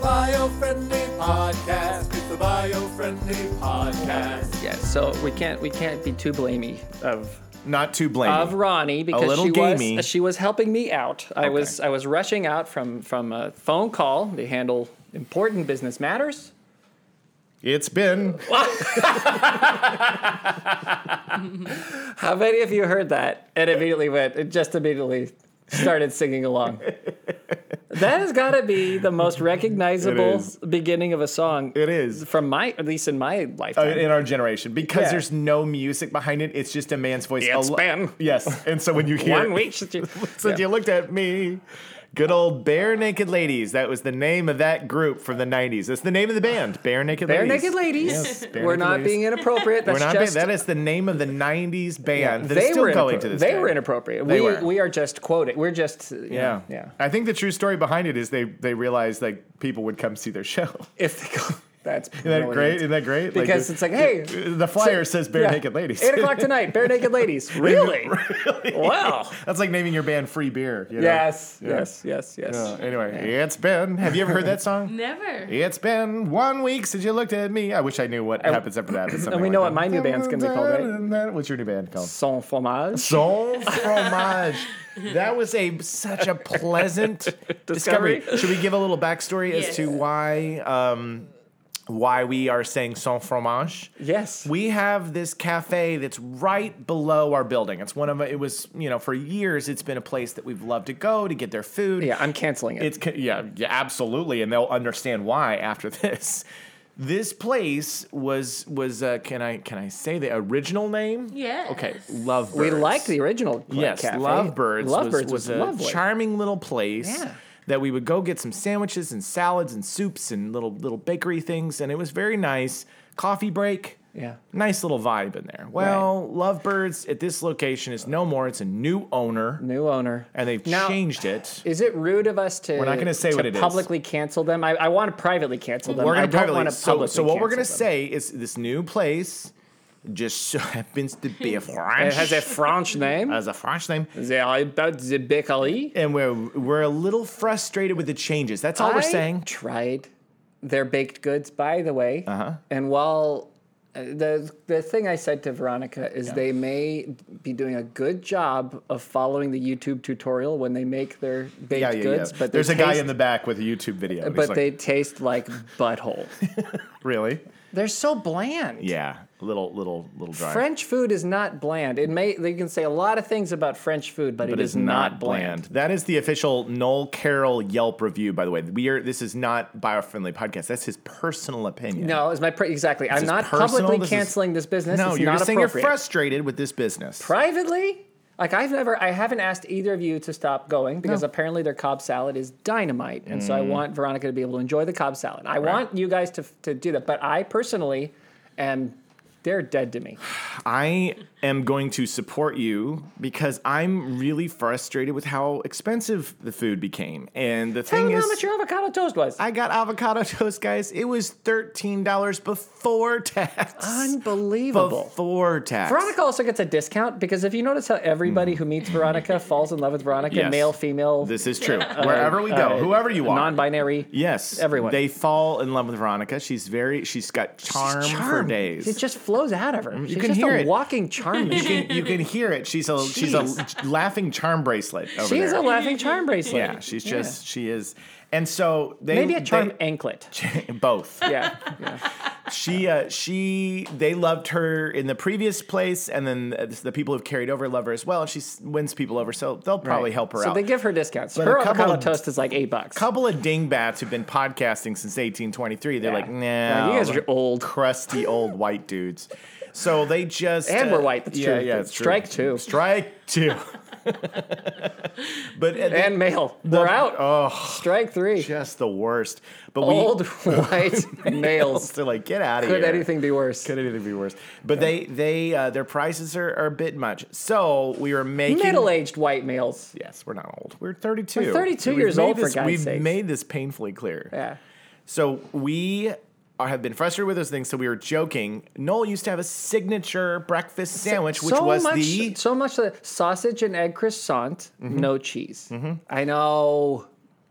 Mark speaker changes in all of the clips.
Speaker 1: bio-friendly podcast. It's the bio-friendly podcast.
Speaker 2: Yes, so we can't we can't be too blamey of
Speaker 3: Not too blame.
Speaker 2: of Ronnie because
Speaker 3: Mm-hmm. little
Speaker 2: she
Speaker 3: gamey.
Speaker 2: was she was helping me out. I was I was rushing out from from a phone call to handle important business matters.
Speaker 3: it's been
Speaker 2: How many of you heard that and immediately went it just immediately started singing along? that has got to be the most recognizable
Speaker 3: is.
Speaker 2: beginning of a song.
Speaker 3: it is
Speaker 2: from my at least in my
Speaker 3: uh,
Speaker 2: lifetime.
Speaker 3: in our generation because
Speaker 2: Yeah.
Speaker 3: there's no music behind it. It's just a man's voice.
Speaker 2: It's
Speaker 3: Al-
Speaker 2: been
Speaker 3: yes, and so when you hear
Speaker 2: one week since you,
Speaker 3: since
Speaker 2: Yeah.
Speaker 3: you looked at me. Good old Bare Naked Ladies. That was the name of that group from the 90s. That's the name of the band, Bare Naked
Speaker 2: Bare
Speaker 3: Ladies.
Speaker 2: naked ladies.
Speaker 3: bare
Speaker 2: We're
Speaker 3: naked
Speaker 2: not
Speaker 3: ladies.
Speaker 2: being inappropriate. That's
Speaker 3: We're not
Speaker 2: just
Speaker 3: that is the name of the 90s band that is
Speaker 2: they
Speaker 3: still
Speaker 2: were
Speaker 3: going
Speaker 2: inappropri-
Speaker 3: to this
Speaker 2: They
Speaker 3: day.
Speaker 2: were inappropriate.
Speaker 3: They
Speaker 2: we
Speaker 3: were.
Speaker 2: we are just quoting. We're just you know,
Speaker 3: Yeah.
Speaker 2: yeah.
Speaker 3: I think the true story behind it is they they realized like people would come see their show. Isn't
Speaker 2: If they go, that's
Speaker 3: that
Speaker 2: brilliant.
Speaker 3: great? Isn't that great? Like,
Speaker 2: Because
Speaker 3: the-
Speaker 2: it's like, hey,
Speaker 3: the flyer says bare
Speaker 2: yeah.
Speaker 3: naked ladies.
Speaker 2: Eight o'clock tonight, bare naked ladies. Really? Wow.
Speaker 3: That's like naming your band Free Beer. you know?
Speaker 2: Yes,
Speaker 3: Yeah.
Speaker 2: yes, yes, yes.
Speaker 3: Yeah. Anyway, it's been. Have you ever heard that
Speaker 2: Mm-hmm.
Speaker 3: song?
Speaker 4: Never.
Speaker 3: It's been one week since you looked at me. I wish I knew what happens after that.
Speaker 2: and we know what my new band's gonna be called,
Speaker 3: right? What's your new band called?
Speaker 2: Sans fromage.
Speaker 3: Sans fromage. That was a such a pleasant discovery.
Speaker 2: Discovery.
Speaker 3: Should we give a little backstory as
Speaker 4: Yes.
Speaker 3: to why um, why we are saying sans fromage?
Speaker 2: Yes.
Speaker 3: We have this cafe that's right below our building. It's one of it was you know for years it's been a place that we've loved to go to get their food.
Speaker 2: yeah, I'm canceling it.
Speaker 3: It's ca- yeah, yeah, absolutely, and they'll understand why after this. This place was was uh, can I can I say the original name?
Speaker 4: Yes.
Speaker 3: Okay, Lovebirds.
Speaker 2: we like the original.
Speaker 3: yes,
Speaker 2: cafe.
Speaker 3: Lovebirds.
Speaker 2: Lovebirds
Speaker 3: was, was, a
Speaker 2: lovely.
Speaker 3: charming little place
Speaker 2: Yeah.
Speaker 3: that we would go get some sandwiches and salads and soups and little little bakery things, and it was very nice. Coffee break.
Speaker 2: Yeah.
Speaker 3: Nice little vibe in there. Well, Lovebirds at this location is no more. It's a new owner,
Speaker 2: New owner.
Speaker 3: and they've
Speaker 2: Now-
Speaker 3: changed it.
Speaker 2: Is it rude of us to? We're
Speaker 3: not gonna say what it is.
Speaker 2: Publicly cancel them. I, I want to privately cancel them.
Speaker 3: We're
Speaker 2: I
Speaker 3: gonna
Speaker 2: don't
Speaker 3: privately-
Speaker 2: want to
Speaker 3: so,
Speaker 2: publicly.
Speaker 3: so what we're
Speaker 2: cancel
Speaker 3: gonna
Speaker 2: them.
Speaker 3: say is this new place just so happens to be a
Speaker 2: It
Speaker 3: French
Speaker 2: has a French name.
Speaker 3: has a French name,
Speaker 2: They are about the bakery.
Speaker 3: and we're we're a little frustrated with the changes. That's all
Speaker 2: I
Speaker 3: we're saying.
Speaker 2: tried their baked goods, by the way. Uh-huh. And while uh, the the thing I said to Veronica is they may be doing a good job of following the YouTube tutorial when they make their baked goods, but they
Speaker 3: there's a guy
Speaker 2: taste-
Speaker 3: in the back with a YouTube video. and he's
Speaker 2: But
Speaker 3: like,
Speaker 2: they taste like butthole.
Speaker 3: really,
Speaker 2: They're so bland.
Speaker 3: yeah, little little little dry.
Speaker 2: French food is not bland. It may they can say a lot of things about French food, but,
Speaker 3: but
Speaker 2: it
Speaker 3: it's
Speaker 2: is not bland.
Speaker 3: That is the official Noel Carroll Yelp review. By the way, we are. This is not bio-friendly podcast. That's his personal opinion.
Speaker 2: No, it's my pre- exactly. I'm
Speaker 3: is
Speaker 2: not
Speaker 3: personal.
Speaker 2: publicly
Speaker 3: This is-
Speaker 2: canceling this business.
Speaker 3: no,
Speaker 2: it's
Speaker 3: you're
Speaker 2: not
Speaker 3: just saying you're
Speaker 2: appropriate.
Speaker 3: frustrated with this business.
Speaker 2: Privately, like I've never, I haven't asked either of you to stop going because apparently their cob salad is dynamite, and
Speaker 3: Mm.
Speaker 2: so I want Veronica to be able to enjoy the cob salad. I want you guys to to do that, but I personally am. They're dead to me.
Speaker 3: I am going to support you because I'm really frustrated with how expensive the food became. And the
Speaker 2: Tell
Speaker 3: thing
Speaker 2: them
Speaker 3: is,
Speaker 2: how much your avocado toast was.
Speaker 3: I got avocado toast, guys. It was thirteen dollars before tax.
Speaker 2: Unbelievable.
Speaker 3: Before tax.
Speaker 2: Veronica also gets a discount because if you notice how everybody who meets Veronica falls in love with Veronica,
Speaker 3: Mm. Yes.
Speaker 2: male, female,
Speaker 3: This is true. Wherever we go,
Speaker 2: uh,
Speaker 3: whoever you are.
Speaker 2: non-binary,
Speaker 3: Yes,
Speaker 2: everyone.
Speaker 3: They fall in love with Veronica. She's very. She's got charm, for
Speaker 2: charm.
Speaker 3: days. Mm,
Speaker 2: It just flows out of her. She's
Speaker 3: can
Speaker 2: just
Speaker 3: hear
Speaker 2: a
Speaker 3: it.
Speaker 2: walking charm machine.
Speaker 3: you, can, you can hear it. She's a. She's a laughing charm bracelet. Over
Speaker 2: She is
Speaker 3: there.
Speaker 2: a laughing charm bracelet.
Speaker 3: Yeah, she's just. She is. And so they
Speaker 2: Maybe a charm
Speaker 3: they-
Speaker 2: anklet.
Speaker 3: both.
Speaker 2: Yeah. yeah.
Speaker 3: She, uh, she, they loved her in the previous place, and then uh, the people who've carried over love her as well. And she s- wins people over, so they'll probably
Speaker 2: Right.
Speaker 3: help her
Speaker 2: so
Speaker 3: out.
Speaker 2: they give her discounts.
Speaker 3: But a
Speaker 2: her
Speaker 3: couple
Speaker 2: avocado
Speaker 3: of-
Speaker 2: toast is like eight bucks.
Speaker 3: couple of dingbats who've been podcasting since 1823. They're
Speaker 2: Yeah.
Speaker 3: like, nah,
Speaker 2: Yeah, you guys are old.
Speaker 3: crusty old white dudes. So they just uh,
Speaker 2: And we're white, that's
Speaker 3: yeah,
Speaker 2: true.
Speaker 3: Yeah, it's true.
Speaker 2: Strike two.
Speaker 3: Strike two. but uh,
Speaker 2: and male. We're out.
Speaker 3: oh,
Speaker 2: Strike three.
Speaker 3: just the worst. But
Speaker 2: Old
Speaker 3: we
Speaker 2: white males.
Speaker 3: they're like, get out of here.
Speaker 2: Could anything be worse?
Speaker 3: Could anything be worse? But they they uh, their prices are, are a bit much. So we were making
Speaker 2: Middle-aged white males.
Speaker 3: Yes, we're not old. We're 32.
Speaker 2: We're 32
Speaker 3: We've
Speaker 2: years
Speaker 3: made
Speaker 2: old, for
Speaker 3: this-
Speaker 2: God's
Speaker 3: We've
Speaker 2: sakes.
Speaker 3: made this painfully clear.
Speaker 2: Yeah.
Speaker 3: So we are, have been frustrated with those things. So we were joking. Noel used to have a signature breakfast sandwich, which
Speaker 2: so
Speaker 3: was
Speaker 2: much,
Speaker 3: the Mm-hmm.
Speaker 2: so much the sausage and egg croissant, no cheese. I know,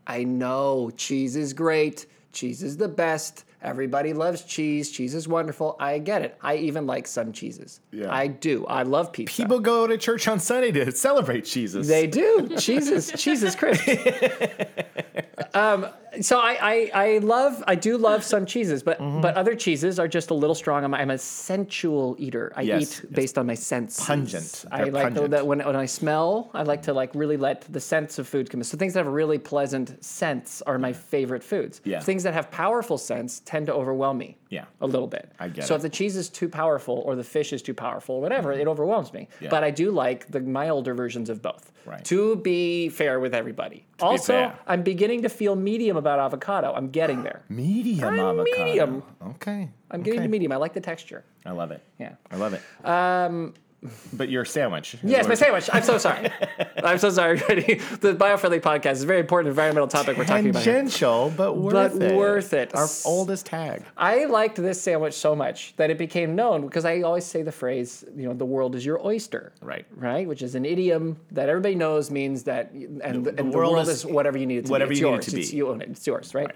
Speaker 2: I know, cheese is great. cheese is the best. Everybody loves cheese. Cheese is wonderful. I get it. I even like some cheeses.
Speaker 3: Yeah.
Speaker 2: I do. I love pizza.
Speaker 3: People go to church on Sunday to celebrate Jesus.
Speaker 2: They do. Jesus, Jesus Christ. um, so I, I, I love, I do love some cheeses, but
Speaker 3: Mm-hmm.
Speaker 2: but other cheeses are just a little strong. I'm, I'm a sensual eater. I
Speaker 3: Yes,
Speaker 2: eat based on my sense.
Speaker 3: pungent.
Speaker 2: I
Speaker 3: They're
Speaker 2: like to-
Speaker 3: pungent.
Speaker 2: that when when I smell, I like to like really let the sense of food come in. So things that have a really pleasant sense are my favorite foods.
Speaker 3: Yeah.
Speaker 2: Things that have powerful sense tend to overwhelm me.
Speaker 3: Yeah.
Speaker 2: A little bit.
Speaker 3: I get
Speaker 2: So
Speaker 3: it.
Speaker 2: if the cheese is too powerful or the fish is too powerful, or whatever, it overwhelms me.
Speaker 3: Mm-hmm. Yeah.
Speaker 2: But I do like the milder versions of both.
Speaker 3: Right.
Speaker 2: To be fair with everybody. also,
Speaker 3: fair.
Speaker 2: I'm beginning to feel medium about avocado. I'm getting there.
Speaker 3: medium
Speaker 2: I'm
Speaker 3: avocado.
Speaker 2: medium.
Speaker 3: Okay.
Speaker 2: I'm getting
Speaker 3: okay.
Speaker 2: to medium. I like the texture.
Speaker 3: I love it.
Speaker 2: Yeah.
Speaker 3: I love it. Um, but your sandwich. is
Speaker 2: Yes,
Speaker 3: what-
Speaker 2: my sandwich. I'm so sorry. I'm so sorry, everybody. The biofriendly podcast is a very important environmental topic we're talking about. Here.
Speaker 3: Tangential, but worth
Speaker 2: But
Speaker 3: it.
Speaker 2: worth it.
Speaker 3: Our
Speaker 2: S-
Speaker 3: oldest tag.
Speaker 2: I liked this sandwich so much that it became known because I always say the phrase, you know, the world is your oyster.
Speaker 3: Right.
Speaker 2: Right? Which is an idiom that everybody knows means that, and, and the, world, is, whatever you need it to
Speaker 3: whatever
Speaker 2: be. It's
Speaker 3: you need it
Speaker 2: yours.
Speaker 3: to be.
Speaker 2: It's, you own it. It's yours, right?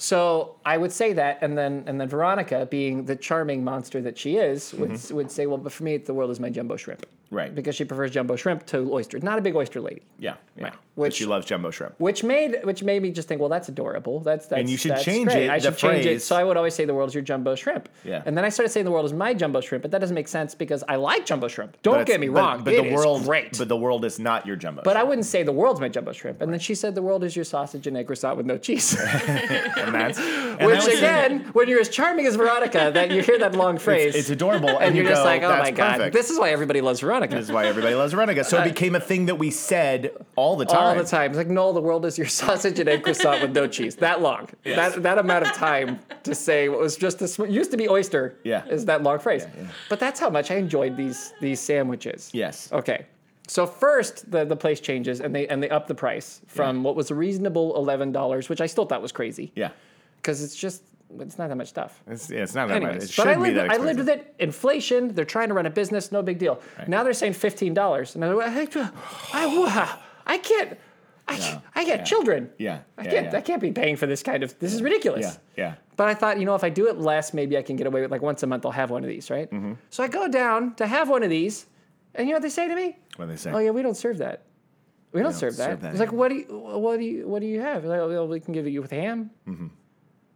Speaker 2: So I would say that, and then and then Veronica, being the charming monster that she is, would would say, well, but for me, the world is my jumbo shrimp,
Speaker 3: Mm-hmm. Right.
Speaker 2: Because she prefers jumbo shrimp to oyster. Not a big oyster lady.
Speaker 3: Yeah. yeah.
Speaker 2: Right.
Speaker 3: But
Speaker 2: Which-
Speaker 3: she loves jumbo shrimp.
Speaker 2: Which made which made me just think, well, that's adorable. That's that's
Speaker 3: you should
Speaker 2: that's
Speaker 3: change
Speaker 2: great.
Speaker 3: it,
Speaker 2: I
Speaker 3: the
Speaker 2: should change it.
Speaker 3: phrase.
Speaker 2: So I would always say the world is your jumbo shrimp.
Speaker 3: Yeah.
Speaker 2: And then I started saying the world is my jumbo shrimp, but that doesn't make sense because I like jumbo shrimp. Don't
Speaker 3: But
Speaker 2: get me
Speaker 3: it's-
Speaker 2: wrong.
Speaker 3: But, but the world,
Speaker 2: great.
Speaker 3: But
Speaker 2: But,
Speaker 3: the world is not your jumbo.
Speaker 2: I wouldn't say the world's my jumbo shrimp. And then she said the world is your sausage and egg risotto with no cheese.
Speaker 3: shrimp. And that's, and
Speaker 2: Which
Speaker 3: that was-
Speaker 2: again, when you're as charming as Veronica, that you hear that long phrase,
Speaker 3: it's, it's adorable, and,
Speaker 2: and you're
Speaker 3: you
Speaker 2: just
Speaker 3: go,
Speaker 2: like, oh
Speaker 3: "That's
Speaker 2: my god,
Speaker 3: perfect."
Speaker 2: this is why everybody loves Veronica.
Speaker 3: This is why everybody loves Renegade. So it became a thing that we said all the time.
Speaker 2: Uh, all the time. It's like, no, the world is your sausage and egg croissant with no cheese. That long. That that amount of time to say what was just this used to be oyster.
Speaker 3: Yeah.
Speaker 2: Is that long phrase. But that's how much I enjoyed these these sandwiches.
Speaker 3: Yes.
Speaker 2: Okay. So first the, the place changes and they and they up the price from what was a reasonable eleven dollars, which I still thought was crazy.
Speaker 3: Yeah.
Speaker 2: Because it's just it's not that much stuff.
Speaker 3: It's, yeah, it's not that much. It
Speaker 2: Anyways,
Speaker 3: should
Speaker 2: but I
Speaker 3: be
Speaker 2: lived,
Speaker 3: that
Speaker 2: I lived
Speaker 3: expensive.
Speaker 2: with it. Inflation. They're trying to run a business. No big deal. Now they're saying fifteen dollars, and I'm like, I, I, I can't. I, can't- I got children.
Speaker 3: Yeah,
Speaker 2: I
Speaker 3: yeah,
Speaker 2: can't.
Speaker 3: yeah.
Speaker 2: I can't be paying for this kind of. This is ridiculous.
Speaker 3: Yeah, yeah.
Speaker 2: But I thought, you know, if I do it less, maybe I can get away with like once a month. I'll have one of these, right?
Speaker 3: Mm-hmm.
Speaker 2: So I go down to have one of these, and you know what they say to me?
Speaker 3: What do they say?
Speaker 2: Oh yeah, we don't serve that. We don't, serve that.
Speaker 3: serve that
Speaker 2: It's like, what do you, what do you, what do you have? Like, "Oh, well, we can give it you with ham. Mm-hmm.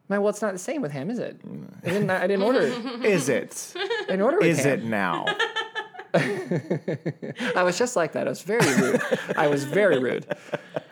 Speaker 2: well, it's not the same with ham, is it? I didn't, I didn't order. it. I
Speaker 3: Is it?
Speaker 2: didn't order with
Speaker 3: Is
Speaker 2: ham.
Speaker 3: it now?
Speaker 2: I was just like that. I was very rude. I was very rude.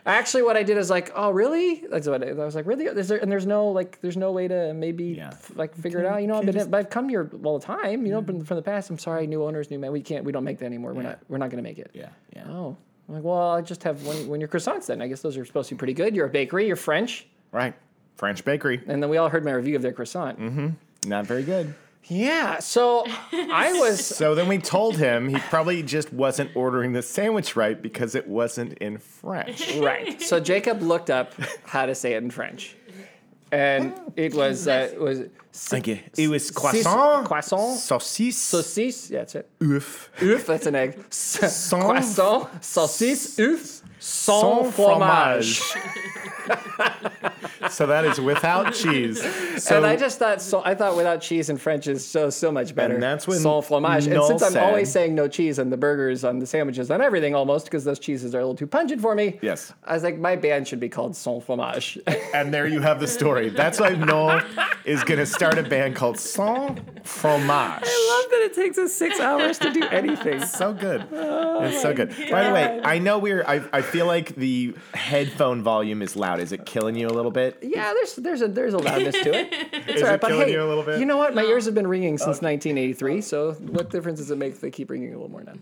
Speaker 2: Actually, what I did is like, oh, really? That's what I, I was like. Really? Is there, and there's no like, there's no way to maybe
Speaker 3: Yeah.
Speaker 2: f- like figure it out. You know, I've been, I've come here all the time. You know, been from the past. I'm sorry, new owners, new man. We can't. We don't make that anymore. We're not. We're not gonna make it.
Speaker 3: Yeah, yeah.
Speaker 2: Oh. I'm like, well, I just have one, when your croissants then. I guess those are supposed to be pretty good. You're a bakery. You're French.
Speaker 3: Right. French bakery.
Speaker 2: And then we all heard my review of their croissant.
Speaker 3: Mm-hmm. Not very good.
Speaker 2: Yeah. So I was.
Speaker 3: So then we told him he probably just wasn't ordering the sandwich right because it wasn't in French.
Speaker 2: Right. So Jacob looked up how to say it in French, and it was uh, it was
Speaker 3: Thank you. It was
Speaker 2: croissant,
Speaker 3: croissant,
Speaker 2: croissant,
Speaker 3: saucisse,
Speaker 2: saucisse. Yeah, that's it.
Speaker 3: ouf,
Speaker 2: Oof, that's an egg. S-
Speaker 3: Sans-
Speaker 2: croissant, saucisse, oof, sans, fromage.
Speaker 3: so that is without cheese. So
Speaker 2: and I just thought so, I thought without cheese in French is so so much better.
Speaker 3: And that's when
Speaker 2: sans fromage. And
Speaker 3: Noel
Speaker 2: since I'm
Speaker 3: said-
Speaker 2: always saying no cheese on the burgers, on the sandwiches, on everything almost because those cheeses are a little too pungent for me.
Speaker 3: Yes.
Speaker 2: I was like, my band should be called sans fromage.
Speaker 3: And there you have the story. That's why Noel is going to start a band called Sans Fromage.
Speaker 2: that it takes us six hours to do anything.
Speaker 3: So good.
Speaker 2: Oh
Speaker 3: it's so good. By the way, I know we're, I, I feel like the headphone volume is loud. Is it killing you a little bit?
Speaker 2: Yeah, there's there's a there's a loudness to it. It's
Speaker 3: Is
Speaker 2: all right,
Speaker 3: it
Speaker 2: but
Speaker 3: killing
Speaker 2: hey,
Speaker 3: you a little bit? Oh.
Speaker 2: you know what? My ears have been ringing since 1983. So what difference does it make if they keep ringing a little more now?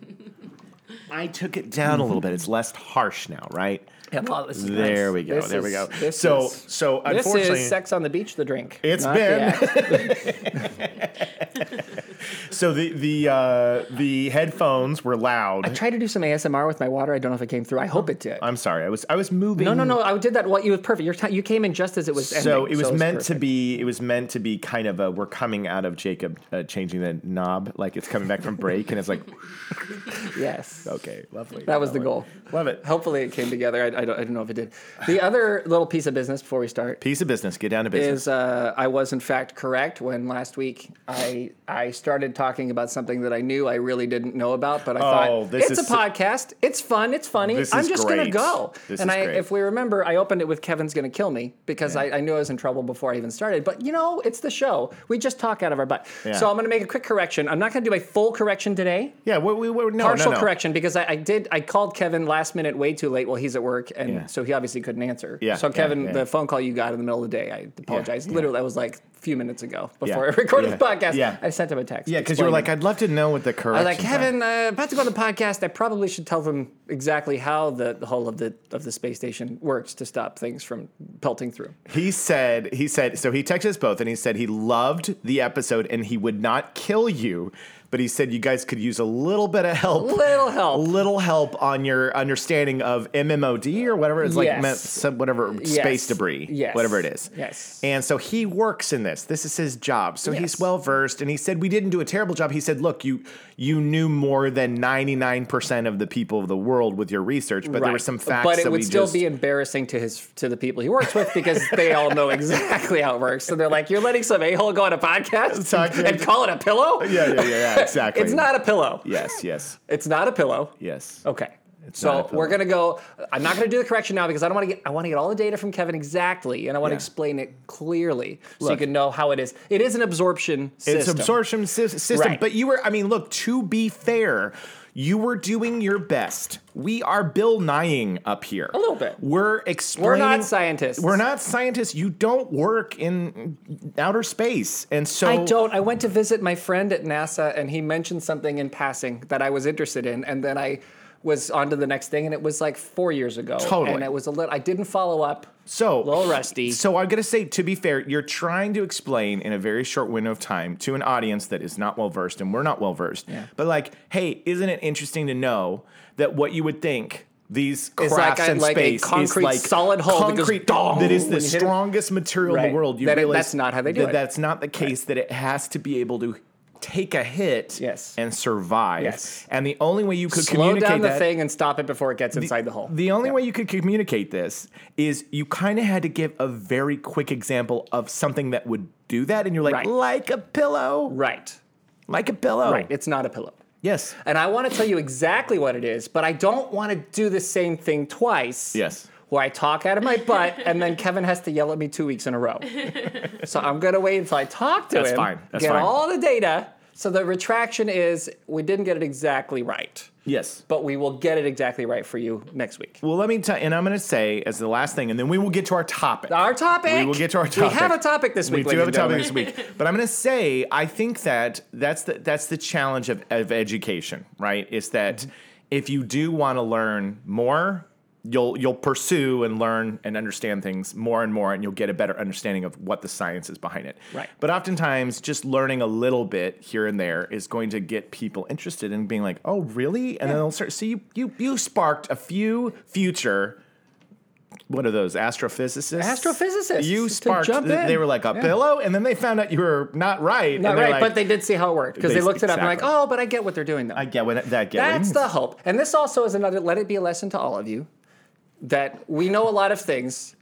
Speaker 3: I took it down a little bit. It's less harsh now, right?
Speaker 2: Yeah, well, this is
Speaker 3: There
Speaker 2: nice.
Speaker 3: we go.
Speaker 2: This
Speaker 3: there we
Speaker 2: is-
Speaker 3: go.
Speaker 2: this
Speaker 3: So,
Speaker 2: is-
Speaker 3: so
Speaker 2: This
Speaker 3: unfortunately,
Speaker 2: is sex on the beach, the drink.
Speaker 3: It's
Speaker 2: not the
Speaker 3: been.
Speaker 2: act.
Speaker 3: So the the uh, the headphones were
Speaker 2: I
Speaker 3: loud.
Speaker 2: tried to do some ASMR with my water. I don't know if it came through. I hope it did.
Speaker 3: I'm sorry. Oh, I was I was moving.
Speaker 2: No, no, no. I did that. Well, it was perfect. Your ti- you came in just as it was.
Speaker 3: So
Speaker 2: ending,
Speaker 3: it was meant to
Speaker 2: perfect.
Speaker 3: be. It was meant to be kind of a. We're coming out of Jacob uh, changing the knob, like it's coming back from break, and it's like
Speaker 2: Yes.
Speaker 3: okay, lovely.
Speaker 2: That was the goal.
Speaker 3: Love it.
Speaker 2: Hopefully, it came together. I, I, don't, I don't know if it did. The other little piece of business before we start
Speaker 3: Piece of business. Get down to business.
Speaker 2: is uh, I was in fact correct when last week I I started talking about something that I knew I really didn't know about, but I
Speaker 3: Oh,
Speaker 2: thought
Speaker 3: this
Speaker 2: it's a
Speaker 3: is-
Speaker 2: podcast, it's fun, it's funny.
Speaker 3: This
Speaker 2: I'm
Speaker 3: is
Speaker 2: just gonna
Speaker 3: great.
Speaker 2: go.
Speaker 3: This
Speaker 2: and
Speaker 3: is
Speaker 2: I,
Speaker 3: great.
Speaker 2: if we remember, I opened it with Kevin's gonna kill me because I, I knew I was in trouble before I even started. But you know, it's the show. We just talk out of our butt.
Speaker 3: Yeah.
Speaker 2: So I'm gonna make a quick correction. I'm not gonna do my full correction today
Speaker 3: yeah. What, we, what, no,
Speaker 2: partial
Speaker 3: Oh, no, no.
Speaker 2: correction because I, I did I called Kevin last minute way too late while he's at work and
Speaker 3: Yeah.
Speaker 2: so he obviously couldn't answer.
Speaker 3: Yeah,
Speaker 2: So
Speaker 3: yeah,
Speaker 2: Kevin,
Speaker 3: yeah.
Speaker 2: the phone call you got in the middle of the day, I apologize.
Speaker 3: yeah.
Speaker 2: Literally, that was like a few minutes ago before
Speaker 3: Yeah,
Speaker 2: I recorded
Speaker 3: yeah,
Speaker 2: the podcast.
Speaker 3: yeah.
Speaker 2: I sent him a text.
Speaker 3: Yeah, because you were like,
Speaker 2: explaining.
Speaker 3: I'd love to know what the correct.
Speaker 2: I was like, Kevin, uh, about to go on the podcast. I probably should tell them exactly how the, the hull of the of the space station works to stop things from pelting through.
Speaker 3: He said, he said, so he texted us both and he said he loved the episode and he would not kill you, but he said you guys could use a little bit of help.
Speaker 2: Little help.
Speaker 3: Little help on your understanding of MMOD or whatever it's like,
Speaker 2: Yes.
Speaker 3: me- some, whatever,
Speaker 2: Yes.
Speaker 3: space debris,
Speaker 2: Yes.
Speaker 3: whatever it is.
Speaker 2: Yes.
Speaker 3: And so he works in this. This is his job. So
Speaker 2: Yes.
Speaker 3: he's well versed. And he said we didn't do a terrible job. He said, look, you you knew more than 99% of the people of the world with your research, but there were some facts
Speaker 2: But it
Speaker 3: that
Speaker 2: would
Speaker 3: we
Speaker 2: still
Speaker 3: just
Speaker 2: be embarrassing to his to the people he works with because they all know exactly how it works. So they're like, "You're letting some a hole go on a podcast
Speaker 3: Talk to-
Speaker 2: and call it a pillow?
Speaker 3: Yeah, yeah, yeah, yeah, exactly.
Speaker 2: It's not a pillow.
Speaker 3: Yes, yes,
Speaker 2: It's not a pillow.
Speaker 3: yes.
Speaker 2: Okay.
Speaker 3: not a
Speaker 2: so
Speaker 3: pillow.
Speaker 2: we're gonna go. I'm not gonna do the correction now because I don't want to get. I want to get all the data from Kevin exactly, and I want to
Speaker 3: Yeah.
Speaker 2: explain it clearly so you
Speaker 3: Look.
Speaker 2: can know how it is. It is an absorption system.
Speaker 3: It's absorption sys- system.
Speaker 2: Right.
Speaker 3: But you were, I mean, look, to be fair, you were doing your best. We are Bill Nyeing up here. A
Speaker 2: little bit.
Speaker 3: We're explaining.
Speaker 2: We're not scientists.
Speaker 3: We're not scientists. You don't work in outer space. And so.
Speaker 2: I don't. I went to visit my friend at NASA, and he mentioned something in passing that I was interested in, and then I was on to the next thing, and it was like four years ago.
Speaker 3: Totally.
Speaker 2: And it was a little. I didn't follow up.
Speaker 3: So.
Speaker 2: Little rusty.
Speaker 3: So I'm going to say, to be fair, you're trying to explain in a very short window of time to an audience that is not well versed, and we're not well versed.
Speaker 2: Yeah.
Speaker 3: But like, hey, isn't it interesting to know that what you would think these crafts
Speaker 2: like a-
Speaker 3: in
Speaker 2: like a
Speaker 3: space
Speaker 2: concrete
Speaker 3: is like
Speaker 2: solid hull that goes
Speaker 3: concrete
Speaker 2: dong
Speaker 3: that is
Speaker 2: when
Speaker 3: the
Speaker 2: you hit it.
Speaker 3: strongest material in
Speaker 2: Right.
Speaker 3: the world? You
Speaker 2: That it-
Speaker 3: realize
Speaker 2: that's not how they do
Speaker 3: that
Speaker 2: it.
Speaker 3: That's not the case. That it has to be able to. Take a hit
Speaker 2: Yes.
Speaker 3: and survive.
Speaker 2: Yes.
Speaker 3: And the only way you could
Speaker 2: Slow
Speaker 3: communicate
Speaker 2: down the
Speaker 3: that
Speaker 2: thing and stop it before it gets inside the hole.
Speaker 3: the only way you could communicate this is you kind of had to give a very quick example of something that would do that, and you're like,
Speaker 2: Right.
Speaker 3: like a pillow,
Speaker 2: right.
Speaker 3: like a pillow.
Speaker 2: Right. It's not a pillow.
Speaker 3: Yes.
Speaker 2: And I want to tell you exactly what it is, but I don't want to do the same thing twice.
Speaker 3: Yes.
Speaker 2: Where I talk out of my butt and then Kevin has to yell at me two weeks in a row. so I'm going to wait until I talk to
Speaker 3: That's
Speaker 2: him.
Speaker 3: fine. That's
Speaker 2: get
Speaker 3: fine.
Speaker 2: all the data. So the retraction is we didn't get it exactly right,
Speaker 3: Yes.
Speaker 2: but we will get it exactly right for you next week.
Speaker 3: Well, let me tell, and I'm going to say as the last thing, and then we will get to our topic.
Speaker 2: Our topic.
Speaker 3: We will get to our topic.
Speaker 2: We have a topic this
Speaker 3: We
Speaker 2: week.
Speaker 3: do
Speaker 2: ladies
Speaker 3: have a
Speaker 2: and
Speaker 3: topic
Speaker 2: gentlemen.
Speaker 3: this week, but I'm going to say I think that that's the that's the challenge of, of education, right? Is that
Speaker 2: Mm-hmm.
Speaker 3: if you do want to learn more, you'll you'll pursue and learn and understand things more and more, and you'll get a better understanding of what the science is behind it.
Speaker 2: Right.
Speaker 3: But oftentimes, just learning a little bit here and there is going to get people interested in being like, "Oh, really?" And then they'll start. So you you you sparked a few future. What are those astrophysicists?
Speaker 2: Astrophysicists
Speaker 3: You
Speaker 2: to
Speaker 3: sparked.
Speaker 2: jump
Speaker 3: th- They
Speaker 2: in.
Speaker 3: were like a
Speaker 2: Yeah.
Speaker 3: pillow, and then they found out you were not right.
Speaker 2: Not
Speaker 3: and they're
Speaker 2: right,
Speaker 3: like,
Speaker 2: but they did see how it worked because they,
Speaker 3: They-
Speaker 2: looked it up and like,
Speaker 3: exactly.
Speaker 2: oh, but I get what they're doing though.
Speaker 3: I get what that get what it
Speaker 2: That's
Speaker 3: means.
Speaker 2: the hope. And this also is another let it be a lesson to all of you that we know a lot of things,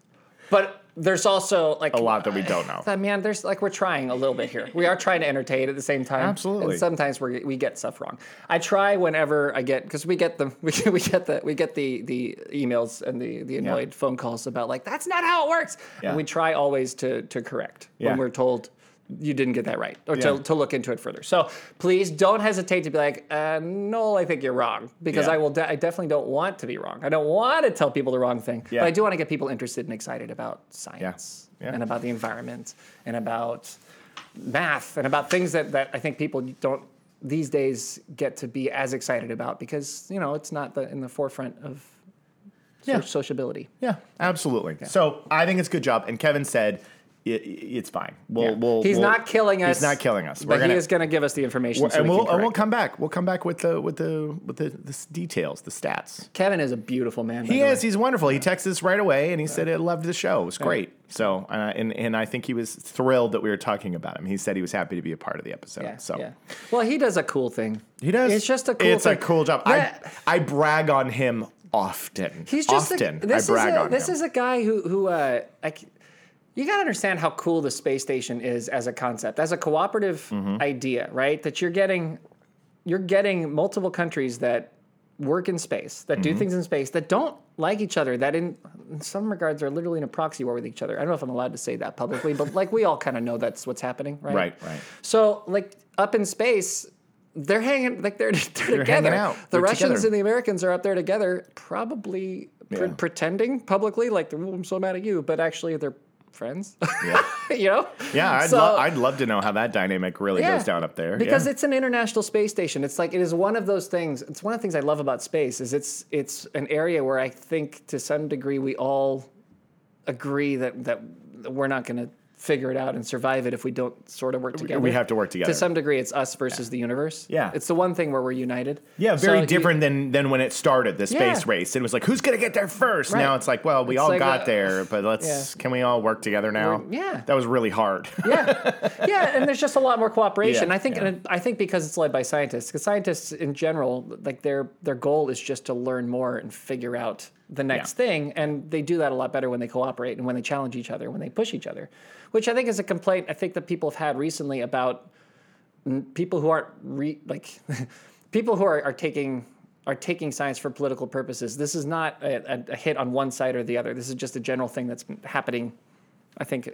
Speaker 2: but there's also like
Speaker 3: a lot that we don't know.
Speaker 2: Uh, man, there's like we're trying a little bit here. We are trying to entertain at the same time.
Speaker 3: Absolutely.
Speaker 2: And sometimes we we get stuff wrong. I try whenever I get because we get the we get, we get the we get the the emails and the the annoyed phone calls about like that's not how it works.
Speaker 3: Yeah.
Speaker 2: And we try always to to correct
Speaker 3: Yeah.
Speaker 2: when we're told you didn't get that right or
Speaker 3: Yeah.
Speaker 2: to, to look into it further. So please don't hesitate to be like, uh, no, I think you're wrong because
Speaker 3: Yeah.
Speaker 2: I will. De- I definitely don't want to be wrong. I don't want to tell people the wrong thing,
Speaker 3: Yeah.
Speaker 2: but I do want to get people interested and excited about science
Speaker 3: Yeah.
Speaker 2: and about the environment and about math and about things that, that I think people don't these days get to be as excited about because you know it's not the, in the forefront of so-
Speaker 3: Yeah.
Speaker 2: sociability.
Speaker 3: Yeah, absolutely. So I think it's a good job. And Kevin said it, it's fine. We'll,
Speaker 2: Yeah.
Speaker 3: we'll
Speaker 2: he's
Speaker 3: we'll-
Speaker 2: not killing us.
Speaker 3: He's not killing us.
Speaker 2: But he is going to give us the information. so
Speaker 3: and
Speaker 2: we can
Speaker 3: we'll and we'll
Speaker 2: correct
Speaker 3: come back. We'll come back with the with the with the, the s- details, the stats.
Speaker 2: it. Kevin is a beautiful man. by
Speaker 3: He
Speaker 2: the way.
Speaker 3: is. He's wonderful. He texted us right away, and he said he loved the show. It was great. So, uh, and and I think he was thrilled that we were talking about him. He said he was happy to be a part of the episode.
Speaker 2: Yeah,
Speaker 3: so
Speaker 2: yeah. Well, he does a cool thing.
Speaker 3: he does.
Speaker 2: It's just a cool.
Speaker 3: It's a
Speaker 2: thing.
Speaker 3: cool job.
Speaker 2: Yeah.
Speaker 3: I I brag on him often.
Speaker 2: He's just
Speaker 3: often.
Speaker 2: A, this
Speaker 3: I brag
Speaker 2: is a,
Speaker 3: on
Speaker 2: this
Speaker 3: him.
Speaker 2: is a guy who who uh, I c you gotta understand how cool the space station is as a concept, as a cooperative
Speaker 3: Mm-hmm.
Speaker 2: idea, right? That you're getting you're getting multiple countries that work in space, that
Speaker 3: Mm-hmm.
Speaker 2: do things in space, that don't like each other, that in, in some regards are literally in a proxy war with each other. I don't know if I'm allowed to say that publicly, but like we all kind of know that's what's happening, right?
Speaker 3: Right, right.
Speaker 2: So like up in space, they're hanging like they're, they're, together.
Speaker 3: hanging out.
Speaker 2: The
Speaker 3: They're
Speaker 2: Russians
Speaker 3: together.
Speaker 2: and the Americans are up there together, probably pre-
Speaker 3: Yeah.
Speaker 2: pretending publicly like "Ooh, I'm so mad at you, but actually they're friends.
Speaker 3: Yeah.
Speaker 2: you know?
Speaker 3: Yeah, I'd,
Speaker 2: So-
Speaker 3: lo- I'd love to know how that dynamic really
Speaker 2: Yeah.
Speaker 3: goes down up there.
Speaker 2: Because
Speaker 3: yeah.
Speaker 2: it's an international space station. It's like it is one of those things. It's one of the things I love about space is it's it's an area where I think to some degree we all agree that that we're not going to figure it out and survive it if we don't sort of work together.
Speaker 3: have to work together.
Speaker 2: To some degree it's us versus the universe.
Speaker 3: Yeah.
Speaker 2: It's the one thing where we're united.
Speaker 3: yeah, very
Speaker 2: So you-
Speaker 3: different than than when it started the
Speaker 2: Yeah.
Speaker 3: space race. It was like who's gonna get there first?
Speaker 2: Right.
Speaker 3: Now it's like, well, we all
Speaker 2: like,
Speaker 3: got
Speaker 2: uh,
Speaker 3: there, but let's can we all work together now?
Speaker 2: We're- yeah.
Speaker 3: that was really hard.
Speaker 2: yeah, yeah, and there's just a lot more cooperation.
Speaker 3: Yeah,
Speaker 2: I think,
Speaker 3: yeah.
Speaker 2: and I think because it's led by scientists, because scientists in general, like their their goal is just to learn more and figure out the next
Speaker 3: Yeah.
Speaker 2: thing, and they do that a lot better when they cooperate and when they challenge each other, when they push each other, which I think is a complaint I think that people have had recently about n- people who aren't re, like people who are, are taking are taking science for political purposes. This is not a, a, a hit on one side or the other. This is just a general thing that's been happening I think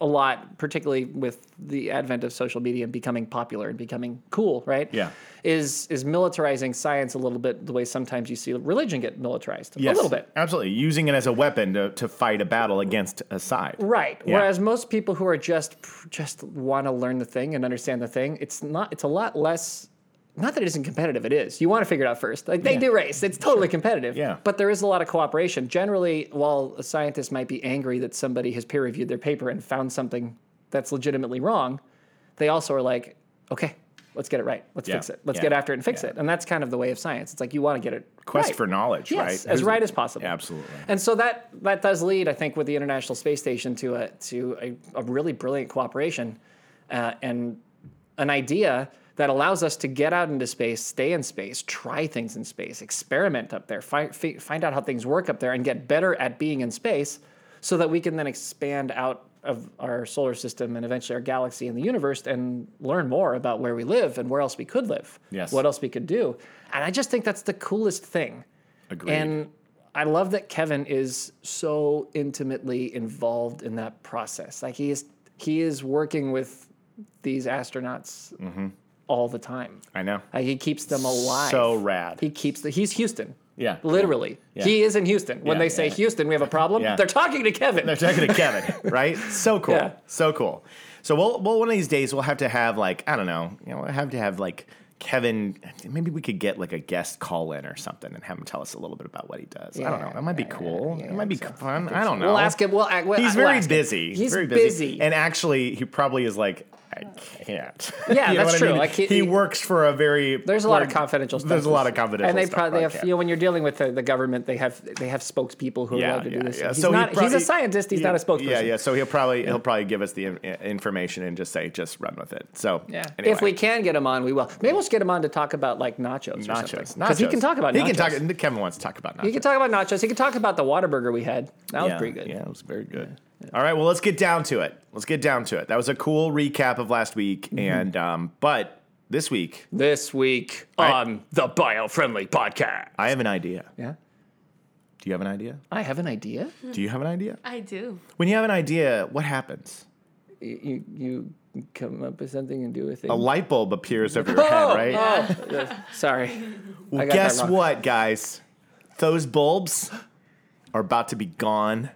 Speaker 2: a lot, particularly with the advent of social media and becoming popular and becoming cool, right?
Speaker 3: Yeah.
Speaker 2: Is is militarizing science a little bit the way sometimes you see religion get militarized? A little bit.
Speaker 3: absolutely. Using it as a weapon to, to fight a battle against a side.
Speaker 2: Right.
Speaker 3: Yeah.
Speaker 2: Whereas most people who are just just want to learn the thing and understand the thing, it's not it's a lot less not that it isn't competitive, it is. You want to figure it out first. Like they
Speaker 3: Yeah.
Speaker 2: do race. It's totally competitive.
Speaker 3: Yeah.
Speaker 2: But there is a lot of cooperation. Generally, while a scientist might be angry that somebody has peer reviewed their paper and found something that's legitimately wrong, they also are like, okay, let's get it right. Let's
Speaker 3: Yeah.
Speaker 2: fix it. Let's
Speaker 3: Yeah.
Speaker 2: get after it and fix
Speaker 3: Yeah.
Speaker 2: it. And that's kind of the way of science. It's like you want to get it
Speaker 3: Quest
Speaker 2: right.
Speaker 3: for knowledge,
Speaker 2: Yes,
Speaker 3: right?
Speaker 2: as
Speaker 3: Who's-
Speaker 2: right as possible.
Speaker 3: Absolutely.
Speaker 2: And so that that does lead, I think, with the International Space Station to a to a, a really brilliant cooperation uh, and an idea that allows us to get out into space, stay in space, try things in space, experiment up there, find fi- find out how things work up there, and get better at being in space, so that we can then expand out of our solar system and eventually our galaxy and the universe and learn more about where we live and where else we could live,
Speaker 3: Yes.
Speaker 2: what else we could do. And I just think that's the coolest thing.
Speaker 3: Agreed.
Speaker 2: And I love that Kevin is so intimately involved in that process. Like he is he is working with these astronauts all the time.
Speaker 3: I know.
Speaker 2: Like he keeps them alive.
Speaker 3: Mm-hmm. So rad.
Speaker 2: He keeps the, he's Houston.
Speaker 3: Yeah.
Speaker 2: Literally.
Speaker 3: Yeah.
Speaker 2: He is in Houston. When
Speaker 3: Yeah,
Speaker 2: they say
Speaker 3: yeah.
Speaker 2: Houston, we have a problem,
Speaker 3: Yeah.
Speaker 2: they're talking to Kevin.
Speaker 3: They're talking to Kevin, right? So cool.
Speaker 2: Yeah.
Speaker 3: So cool. So we'll, well, one of these days we'll have to have like, I don't know, you know, we'll have to have like Kevin, maybe we could get like a guest call in or something and have him tell us a little bit about what he does. I don't know.
Speaker 2: Yeah,
Speaker 3: That might be
Speaker 2: yeah,
Speaker 3: cool.
Speaker 2: yeah,
Speaker 3: it might be
Speaker 2: so-
Speaker 3: fun. I don't know.
Speaker 2: We'll ask him. We'll, act- we'll
Speaker 3: He's
Speaker 2: we'll
Speaker 3: very
Speaker 2: ask him.
Speaker 3: busy.
Speaker 2: He's
Speaker 3: very
Speaker 2: busy.
Speaker 3: And actually, he probably is like, I can't.
Speaker 2: Yeah,
Speaker 3: You know
Speaker 2: that's
Speaker 3: what I
Speaker 2: true.
Speaker 3: mean?
Speaker 2: Like,
Speaker 3: he,
Speaker 2: he-
Speaker 3: works for a very.
Speaker 2: There's a lot of
Speaker 3: like,
Speaker 2: confidential stuff.
Speaker 3: There's a lot of confidential.
Speaker 2: And they
Speaker 3: stuff.
Speaker 2: probably
Speaker 3: I
Speaker 2: have,
Speaker 3: can't.
Speaker 2: you know, when you're dealing with the, the government, they have they have spokespeople who are allowed to do this. He's,
Speaker 3: he
Speaker 2: not, he's
Speaker 3: probably-
Speaker 2: a scientist. He's
Speaker 3: yeah,
Speaker 2: not a spokesperson.
Speaker 3: Yeah, yeah. So he'll probably he'll probably give us the in- information and just say just run with it. So
Speaker 2: Yeah.
Speaker 3: anyway.
Speaker 2: If we can get him on, we will. Maybe we'll just get him on to talk about like nachos.
Speaker 3: nachos,
Speaker 2: Because he
Speaker 3: nachos.
Speaker 2: can talk about
Speaker 3: he
Speaker 2: nachos.
Speaker 3: can talk. and Kevin wants to talk about nachos.
Speaker 2: He can talk about nachos. He can talk about the Whataburger we had. That was
Speaker 3: yeah,
Speaker 2: pretty good.
Speaker 3: Yeah, it was very good. All right, well, let's get down to it. Let's get down to it. That was a cool recap of last week,
Speaker 2: Mm-hmm.
Speaker 3: and um, but this week
Speaker 2: This week on the Bio-Friendly Podcast.
Speaker 3: I have an idea.
Speaker 2: Yeah.
Speaker 3: Do you have an idea?
Speaker 2: I have an idea.
Speaker 3: Do you have an idea?
Speaker 4: I do.
Speaker 3: When you have an idea, what happens?
Speaker 2: You you come up with something and do a thing.
Speaker 3: A light bulb appears over your head, right?
Speaker 2: Sorry.
Speaker 3: Well,
Speaker 2: Oh, I got that
Speaker 3: guess
Speaker 2: wrong.
Speaker 3: what, guys? Those bulbs are about to be gone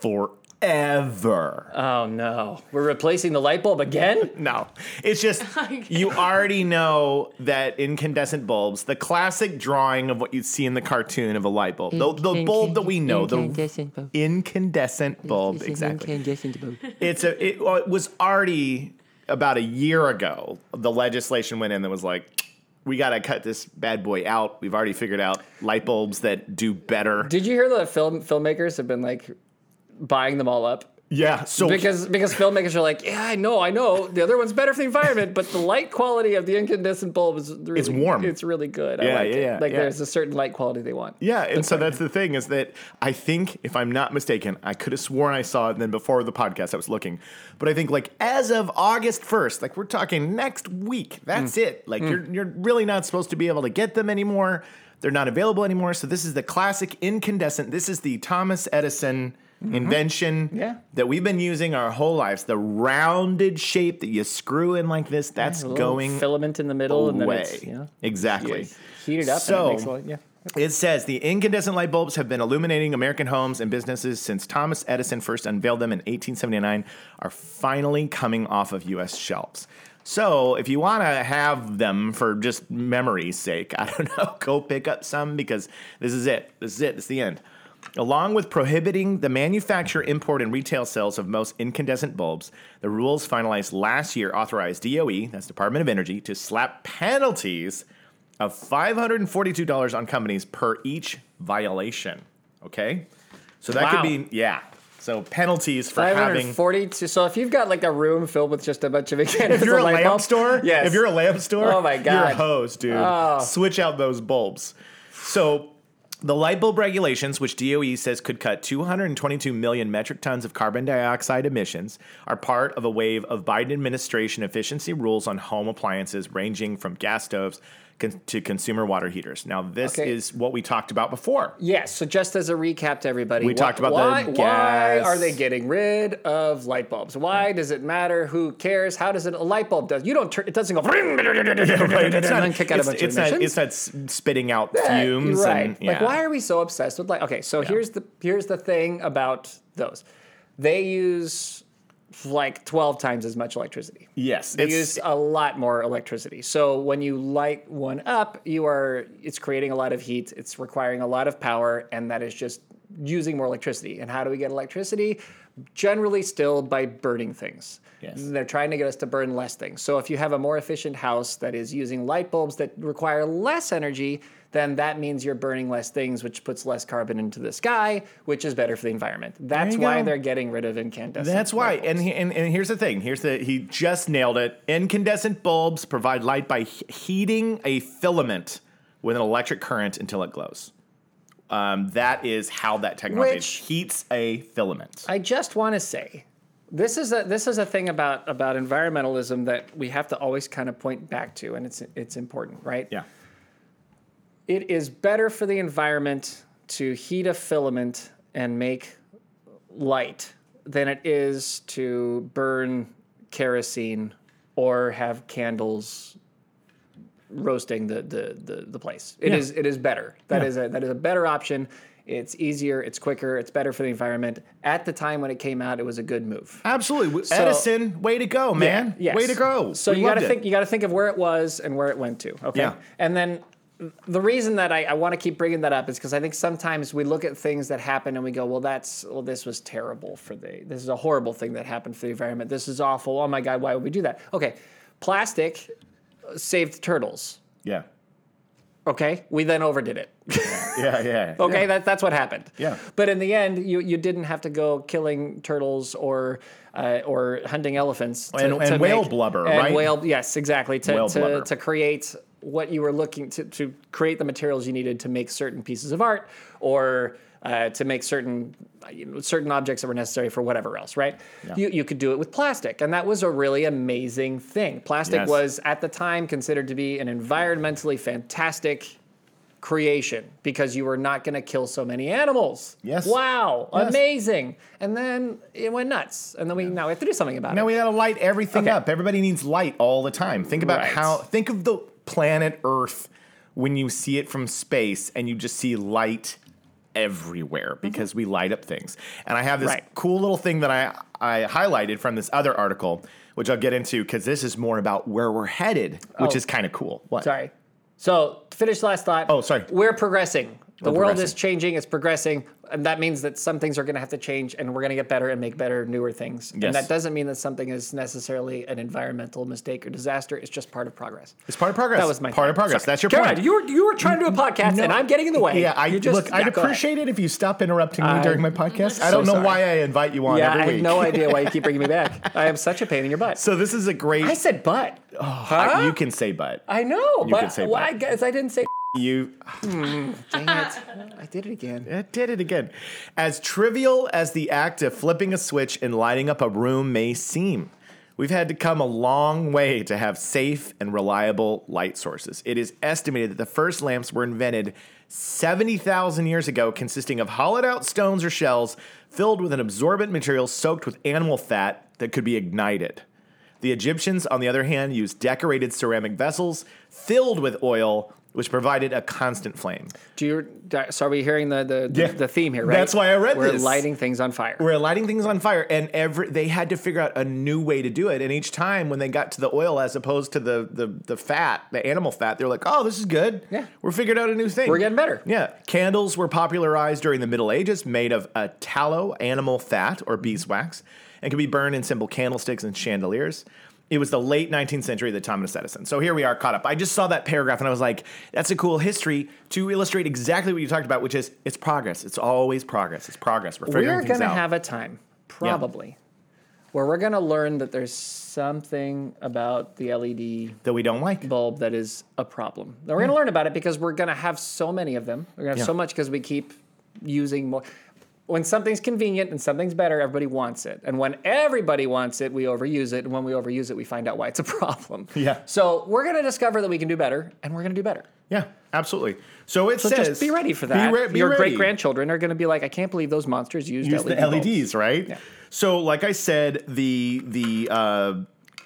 Speaker 3: forever. ever.
Speaker 2: Oh no, we're replacing the light bulb again.
Speaker 3: No, it's just you already know that incandescent bulbs, the classic drawing of what you'd see in the cartoon of a light bulb, the, the
Speaker 4: Incan-
Speaker 3: bulb that we know,
Speaker 4: incandescent
Speaker 3: the
Speaker 4: bulb.
Speaker 3: incandescent bulb,
Speaker 4: It's an
Speaker 3: exactly.
Speaker 4: incandescent bulb.
Speaker 3: It's a it, well, it was already about a year ago. The legislation went in that was like, we got to cut this bad boy out. We've already figured out light bulbs that do better.
Speaker 2: Did you hear that film filmmakers have been like buying them all up?
Speaker 3: Oh, Yeah, so
Speaker 2: Because because filmmakers are like, yeah, I know, I know, the other one's better for the environment, but the light quality of the incandescent bulb is really,
Speaker 3: It's warm.
Speaker 2: It's really good. I
Speaker 3: Yeah,
Speaker 2: like
Speaker 3: yeah,
Speaker 2: it.
Speaker 3: yeah,
Speaker 2: Like
Speaker 3: yeah.
Speaker 2: there's a certain light quality they want.
Speaker 3: Yeah, and so that's the thing is that I think, if I'm not mistaken, I could have sworn I saw it. And then before the podcast, I was looking, but I think like as of August 1st, like we're talking next week.
Speaker 2: Hmm.
Speaker 3: That's it. Like you're you're really not supposed to be able to get them anymore. They're not available anymore. So this is the classic incandescent. This is the Thomas Edison invention
Speaker 2: Mm-hmm. Yeah.
Speaker 3: that we've been using our whole lives. The rounded shape that you screw in like this. That's
Speaker 2: A little
Speaker 3: going
Speaker 2: filament in the middle, and then
Speaker 3: away.
Speaker 2: it's, you know,
Speaker 3: Exactly.
Speaker 2: heat it up. and
Speaker 3: So-
Speaker 2: it makes a lot, yeah.
Speaker 3: It says the incandescent light bulbs have been illuminating American homes and businesses since Thomas Edison first unveiled them in 1879 are finally coming off of US shelves. So, if you want to have them for just memory's sake, I don't know, go pick up some because this is it. This is it. This is the end. Along with prohibiting the manufacture, import, and retail sales of most incandescent bulbs, the rules finalized last year authorized DOE, that's Department of Energy, to slap penalties of $542 on companies per each violation. Okay? So that
Speaker 2: Wow.
Speaker 3: could be, yeah. So penalties for having.
Speaker 2: 540. So if you've got like a room filled with just a bunch of incandescent
Speaker 3: If you're a
Speaker 2: light
Speaker 3: lamp
Speaker 2: bulbs-
Speaker 3: store,
Speaker 2: yes.
Speaker 3: if you're a lamp store,
Speaker 2: Oh my
Speaker 3: you're
Speaker 2: God. Oh.
Speaker 3: a hose, dude. Switch out those bulbs. So the light bulb regulations, which DOE says could cut 222 million metric tons of carbon dioxide emissions, are part of a wave of Biden administration efficiency rules on home appliances, ranging from gas stoves con- to consumer water heaters. Now, this
Speaker 2: Okay.
Speaker 3: is what we talked about before.
Speaker 2: Yes. So just as a recap to everybody,
Speaker 3: We talked about the
Speaker 2: why, Why
Speaker 3: gas.
Speaker 2: are they getting rid of light bulbs? Why does it matter? Who cares? How does it? A light bulb does. You don't turn. It doesn't go.
Speaker 3: It's
Speaker 2: and
Speaker 3: not,
Speaker 2: then kick out a
Speaker 3: it's,
Speaker 2: bunch
Speaker 3: it's
Speaker 2: of
Speaker 3: not,
Speaker 2: emissions.
Speaker 3: it's not s- spitting out fumes.
Speaker 2: Right.
Speaker 3: And,
Speaker 2: Like,
Speaker 3: yeah.
Speaker 2: why are we so obsessed with light? Okay, so here's the here's the thing about those. They use like 12 times as much electricity.
Speaker 3: Yes,
Speaker 2: They
Speaker 3: it's-
Speaker 2: use a lot more electricity. So when you light one up, you are it's creating a lot of heat, it's requiring a lot of power, and that is just using more electricity. And how do we get electricity? Generally still by burning things.
Speaker 3: Yes.
Speaker 2: They're trying to get us to burn less things. So if you have a more efficient house that is using light bulbs that require less energy, then that means you're burning less things, which puts less carbon into the sky, which is better for the environment. That's
Speaker 3: you
Speaker 2: why
Speaker 3: go.
Speaker 2: they're getting rid of incandescent.
Speaker 3: That's why.
Speaker 2: light bulbs.
Speaker 3: And, he, and and here's the thing. Here's the he just nailed it. Incandescent bulbs provide light by he- heating a filament with an electric current until it glows. Um, that is how that technology
Speaker 2: Which-
Speaker 3: heats a filament.
Speaker 2: I just want to say, this is a this is a thing about about environmentalism that we have to always kind of point back to, and it's it's important, right?
Speaker 3: yeah.
Speaker 2: It is better for the environment to heat a filament and make light than it is to burn kerosene or have candles roasting the the the, the place. It
Speaker 3: Yeah.
Speaker 2: is it is better. That is a that is a better option. It's easier, it's quicker, it's better for the environment. At the time when it came out, it was a good move.
Speaker 3: Absolutely. W- Edison, way to go, man.
Speaker 2: Yes.
Speaker 3: Way to go.
Speaker 2: So
Speaker 3: We
Speaker 2: you got to
Speaker 3: loved it.
Speaker 2: think. You got to think of where it was and where it went to. Okay.
Speaker 3: Yeah.
Speaker 2: And then the reason that I, I want to keep bringing that up is because I think sometimes we look at things that happen and we go, well, that's well, this was terrible for the. This is a horrible thing that happened for the environment. This is awful. Oh my God, why would we do that? Okay. Plastic saved turtles.
Speaker 3: Yeah.
Speaker 2: Okay. We then overdid it.
Speaker 3: Yeah. Yeah.
Speaker 2: Okay, that, that's what happened.
Speaker 3: Yeah.
Speaker 2: But in the end, you, you didn't have to go killing turtles or uh, or hunting elephants to,
Speaker 3: And-
Speaker 2: to
Speaker 3: and
Speaker 2: make-
Speaker 3: whale blubber,
Speaker 2: and
Speaker 3: right?
Speaker 2: Whale, yes, exactly. To
Speaker 3: Whale blubber.
Speaker 2: to, to create what you were looking to to create the materials you needed to make certain pieces of art or. Uh, to make certain uh, you know, certain objects that were necessary for whatever else, right? You, you could do it with plastic, and that was a really amazing thing. Plastic
Speaker 3: Yes.
Speaker 2: was at the time considered to be an environmentally fantastic creation because you were not going to kill so many animals.
Speaker 3: Yes.
Speaker 2: Wow.
Speaker 3: Yes.
Speaker 2: Amazing. And then it went nuts. And then we now we have to do something about
Speaker 3: Now
Speaker 2: it.
Speaker 3: we gotta light everything
Speaker 2: Okay.
Speaker 3: up. Everybody needs light all the time. Think about
Speaker 2: Right.
Speaker 3: how. Think of the planet Earth when you see it from space and you just see light everywhere because we light up things. And I have this
Speaker 2: Mm-hmm. Right.
Speaker 3: cool little thing that I, I highlighted from this other article, which I'll get into because this is more about where we're headed, which
Speaker 2: Oh.
Speaker 3: is kind of cool. What?
Speaker 2: Sorry. So to finish last thought.
Speaker 3: Oh, sorry.
Speaker 2: We're progressing. The
Speaker 3: We're
Speaker 2: world
Speaker 3: progressing.
Speaker 2: is changing. It's progressing, and that means that some things are going to have to change, and we're going to get better and make better, newer things.
Speaker 3: Yes.
Speaker 2: And that doesn't mean that something is necessarily an environmental mistake or disaster. It's just part of progress.
Speaker 3: It's part of progress.
Speaker 2: That was my
Speaker 3: part of
Speaker 2: thought.
Speaker 3: progress.
Speaker 2: Sorry.
Speaker 3: That's your
Speaker 2: Go ahead.
Speaker 3: point.
Speaker 2: You were you were trying to do a podcast, and I'm getting in the way.
Speaker 3: Yeah, I
Speaker 2: You just-
Speaker 3: look. I'd
Speaker 2: yeah, go ahead.
Speaker 3: appreciate it if you stop interrupting me
Speaker 2: I-
Speaker 3: during my podcast. I
Speaker 2: so
Speaker 3: don't know
Speaker 2: sorry.
Speaker 3: why I invite you on
Speaker 2: Yeah,
Speaker 3: every
Speaker 2: I
Speaker 3: week.
Speaker 2: have no idea why you keep bringing me back. I am such a pain in your butt.
Speaker 3: So this is a great.
Speaker 2: I said butt.
Speaker 3: I-
Speaker 2: Huh?
Speaker 3: you can say but.
Speaker 2: I know, but
Speaker 3: can say
Speaker 2: well,
Speaker 3: butt.
Speaker 2: I guess I didn't say.
Speaker 3: You
Speaker 2: Dang it! I did it again.
Speaker 3: I did it again. As trivial as the act of flipping a switch and lighting up a room may seem, we've had to come a long way to have safe and reliable light sources. It is estimated that the first lamps were invented 70,000 years ago, consisting of hollowed out stones or shells filled with an absorbent material soaked with animal fat that could be ignited. The Egyptians, on the other hand, used decorated ceramic vessels filled with oil, which provided a constant flame.
Speaker 2: Do you? So are we hearing the the,
Speaker 3: Yeah.
Speaker 2: the theme here? Right.
Speaker 3: That's why I read
Speaker 2: We're
Speaker 3: this.
Speaker 2: lighting things on fire.
Speaker 3: We're lighting things on fire, and every they had to figure out a new way to do it. And each time when they got to the oil as opposed to the the, the fat, the animal fat, they're like, "Oh, this is good.
Speaker 2: Yeah.
Speaker 3: we're figured out a new thing.
Speaker 2: We're getting better."
Speaker 3: Yeah, candles were popularized during the Middle Ages, made of a tallow, animal fat, or beeswax, and could be burned in simple candlesticks and chandeliers. It was the late 19th century that Thomas Edison. So here we are caught up. I just saw that paragraph and I was like, that's a cool history to illustrate exactly what you talked about, which is it's progress. It's always progress. It's progress. We're figuring
Speaker 2: We're
Speaker 3: things
Speaker 2: going to
Speaker 3: out.
Speaker 2: have a time, probably, where we're going to learn that there's something about the E LED
Speaker 3: that we don't like.
Speaker 2: bulb that is a problem. Now, we're going to learn about it because we're going to have so many of them. We're going to have
Speaker 3: Hmm. Yeah.
Speaker 2: so much because we keep using more. When something's convenient and something's better, everybody wants it. And when everybody wants it, we overuse it. And when we overuse it, we find out why it's a problem.
Speaker 3: Yeah.
Speaker 2: So we're going to discover that we can do better, and we're going to do better.
Speaker 3: Yeah, absolutely. So it
Speaker 2: So
Speaker 3: says
Speaker 2: just be ready for that.
Speaker 3: re- be
Speaker 2: Your
Speaker 3: ready.
Speaker 2: great grandchildren are going to be like, I can't believe those monsters used
Speaker 3: use
Speaker 2: LED
Speaker 3: the E
Speaker 2: bulbs."
Speaker 3: LEDs, right? So, like I said, the the uh,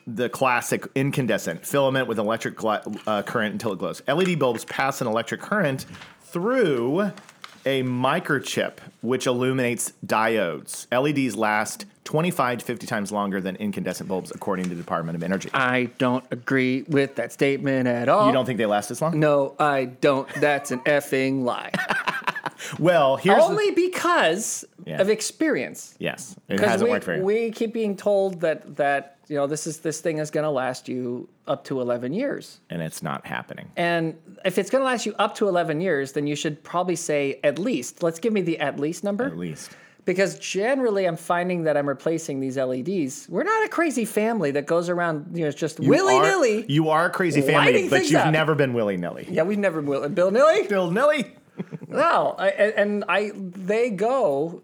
Speaker 3: the classic incandescent filament with electric gla- uh, current until it glows. LED bulbs pass an electric current through a microchip, which illuminates diodes. LEDs last 25 to 50 times longer than incandescent bulbs, according to the Department of Energy.
Speaker 2: I don't agree with that statement at all.
Speaker 3: you don't think they last as long?
Speaker 2: No, I don't. That's an effing lie.
Speaker 3: Well, here's the-
Speaker 2: Only because
Speaker 3: Yeah.
Speaker 2: of experience.
Speaker 3: yes, it
Speaker 2: Because
Speaker 3: hasn't
Speaker 2: we,
Speaker 3: worked very.
Speaker 2: we keep being told that that you know this is this thing is going to last you up to 11 years.
Speaker 3: and it's not happening.
Speaker 2: And if it's going to last you up to 11 years, then you should probably say at least. Let's give me the at least number.
Speaker 3: At least.
Speaker 2: because generally I'm finding that I'm replacing these LEDs. We're not a crazy family that goes around, you know, it's just
Speaker 3: You
Speaker 2: willy
Speaker 3: are-
Speaker 2: nilly.
Speaker 3: You are a crazy family,
Speaker 2: Lighting
Speaker 3: but
Speaker 2: things
Speaker 3: you've
Speaker 2: up.
Speaker 3: never been willy nilly.
Speaker 2: yeah, we've never will Bill Nilly.
Speaker 3: Bill Nilly.
Speaker 2: No, I, and and I they go,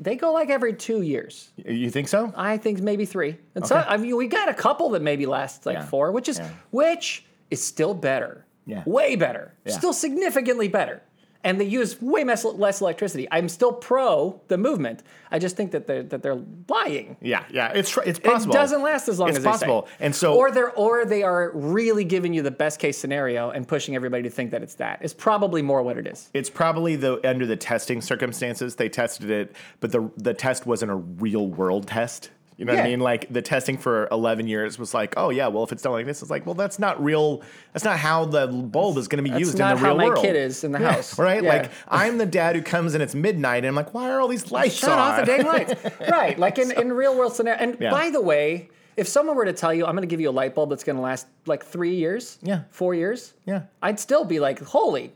Speaker 2: they go like every two years.
Speaker 3: You think so?
Speaker 2: I think maybe three. And so I mean, we got a couple that maybe last like
Speaker 3: Yeah.
Speaker 2: four, which is
Speaker 3: Yeah.
Speaker 2: which is still better.
Speaker 3: Yeah.
Speaker 2: Way better.
Speaker 3: Yeah.
Speaker 2: Still significantly better. And they use way less, less electricity. I'm still pro the movement. I just think that they're that they're lying.
Speaker 3: Yeah, yeah. It's tr- it's possible.
Speaker 2: It doesn't last as long
Speaker 3: It's
Speaker 2: as
Speaker 3: possible.
Speaker 2: They say.
Speaker 3: And so-
Speaker 2: or they're or they are really giving you the best case scenario and pushing everybody to think that it's that. It's probably more what it is.
Speaker 3: It's probably the under the testing circumstances they tested it, but the the test wasn't a real world test. You know what I
Speaker 2: Yeah.
Speaker 3: mean? Like the testing for eleven years was like, oh yeah, well if it's not like this, it's like, well that's not real. That's not how the bulb is going to be used
Speaker 2: not
Speaker 3: in
Speaker 2: how
Speaker 3: the real
Speaker 2: my
Speaker 3: world.
Speaker 2: kid is in the
Speaker 3: Yeah,
Speaker 2: house.
Speaker 3: right?
Speaker 2: Yeah.
Speaker 3: Like I'm the dad who comes and it's midnight, and I'm like, why are all these lights
Speaker 2: Shut
Speaker 3: on?
Speaker 2: off the dang lights. right. Like in, in real world scenario. And
Speaker 3: Yeah.
Speaker 2: by the way, if someone were to tell you, I'm going to give you a light bulb that's going to last like three years,
Speaker 3: Yeah.
Speaker 2: four years,
Speaker 3: Yeah.
Speaker 2: I'd still be like, holy,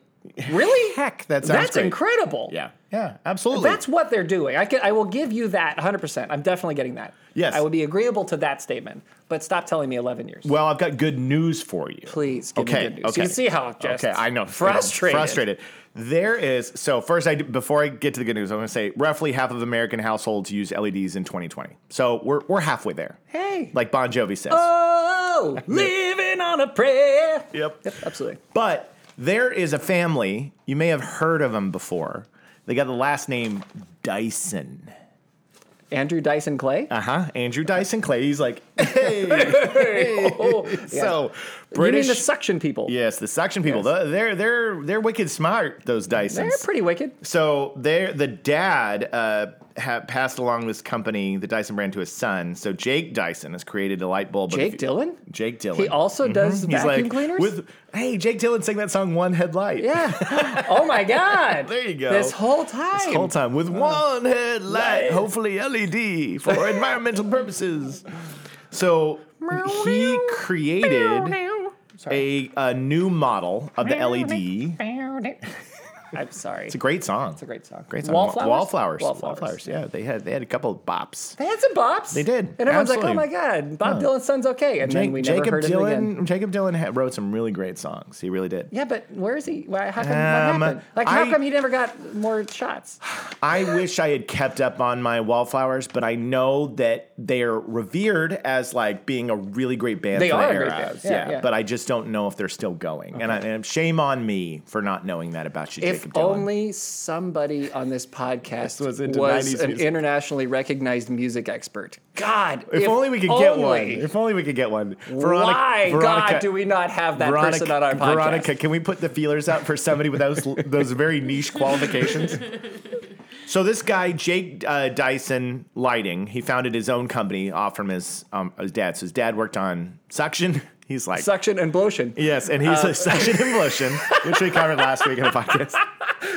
Speaker 2: really?
Speaker 3: Heck, that sounds
Speaker 2: that's
Speaker 3: great.
Speaker 2: incredible.
Speaker 3: Yeah, yeah, absolutely.
Speaker 2: That's what they're doing. I can, I will give you that 100%. I'm definitely getting that.
Speaker 3: Yes.
Speaker 2: I would be agreeable to that statement, but stop telling me 11 years.
Speaker 3: Well, I've got good news for you.
Speaker 2: Please give me
Speaker 3: okay,
Speaker 2: good news.
Speaker 3: Okay.
Speaker 2: You can see how I'm just
Speaker 3: okay, I know.
Speaker 2: frustrated.
Speaker 3: Frustrated. There is so first. I do- before I get to the good news, I'm going to say roughly half of American households use LEDs in 2020. So we're we're halfway there.
Speaker 2: Hey.
Speaker 3: like Bon Jovi says.
Speaker 2: Oh, living on a prayer.
Speaker 3: Yep.
Speaker 2: Yep, absolutely.
Speaker 3: But there is a family you may have heard of them before. They got the last name Dyson.
Speaker 2: Andrew Dyson Clay.
Speaker 3: Uh huh. Andrew Dyson Clay. He's like, hey.
Speaker 2: oh, yeah.
Speaker 3: so
Speaker 2: You mean the
Speaker 3: British.
Speaker 2: suction people?
Speaker 3: yes, the suction people.
Speaker 2: Yes.
Speaker 3: th- They're they're they're wicked smart. Those Dysons.
Speaker 2: They're pretty wicked.
Speaker 3: So there, the dad uh, ha- passed along this company, the Dyson brand, to his son. So Jake Dyson has created a light bulb. of the
Speaker 2: Jake
Speaker 3: fu-
Speaker 2: Dylan?
Speaker 3: Jake Dylan.
Speaker 2: He also does
Speaker 3: He's
Speaker 2: vacuum
Speaker 3: like
Speaker 2: cleaners?
Speaker 3: with hey Jake Dylan sang that song One Headlight.
Speaker 2: yeah. Oh my God.
Speaker 3: There you go.
Speaker 2: This whole time.
Speaker 3: This whole time
Speaker 2: Uh,
Speaker 3: with one headlight, hopefully LED for environmental purposes. So he created a, a new model of the LED.
Speaker 2: I'm sorry.
Speaker 3: It's a great song. It's
Speaker 2: a great song.
Speaker 3: Great song.
Speaker 2: Wallflowers?
Speaker 3: Wallflowers.
Speaker 2: Wallflowers.
Speaker 3: Yeah, they had they had a couple of bops.
Speaker 2: They had some bops. They
Speaker 3: did.
Speaker 2: And everyone's
Speaker 3: Absolutely.
Speaker 2: like, oh my God, Bob Dylan's son's okay. And then we never
Speaker 3: Jacob
Speaker 2: heard of him again.
Speaker 3: Dylan. Jacob Dylan ha- wrote some really great songs. He really did.
Speaker 2: Yeah, but where is he? Why, how come,
Speaker 3: Um,
Speaker 2: what happened? Like, how
Speaker 3: I-
Speaker 2: come he never got more shots?
Speaker 3: I wish I had kept up on my Wallflowers, but I know that they're revered as like being a really great band.
Speaker 2: They
Speaker 3: for
Speaker 2: are
Speaker 3: their
Speaker 2: a great
Speaker 3: era.
Speaker 2: band. Yeah, yeah.
Speaker 3: but I just don't know if they're still going. And, I, and shame on me for not knowing that about you,
Speaker 2: If
Speaker 3: Jacob Dylan.
Speaker 2: only somebody on this podcast was,
Speaker 3: was into 90s
Speaker 2: an
Speaker 3: music.
Speaker 2: internationally recognized music expert. God,
Speaker 3: If only we could get one.
Speaker 2: only.
Speaker 3: If only we could get one. Veroni-
Speaker 2: Why,
Speaker 3: Veronica-
Speaker 2: God, do we not have that
Speaker 3: Veronica,
Speaker 2: person on our podcast?
Speaker 3: Veronica, can we put the feelers out for somebody with those those very niche qualifications? So this guy Jake uh, Dyson Lighting, he founded his own company off from his um, his dad. So his dad worked on suction. He's like
Speaker 2: Suction Uh, and blotion.
Speaker 3: yes, and he's a suction emulsion, which we covered last week in the podcast.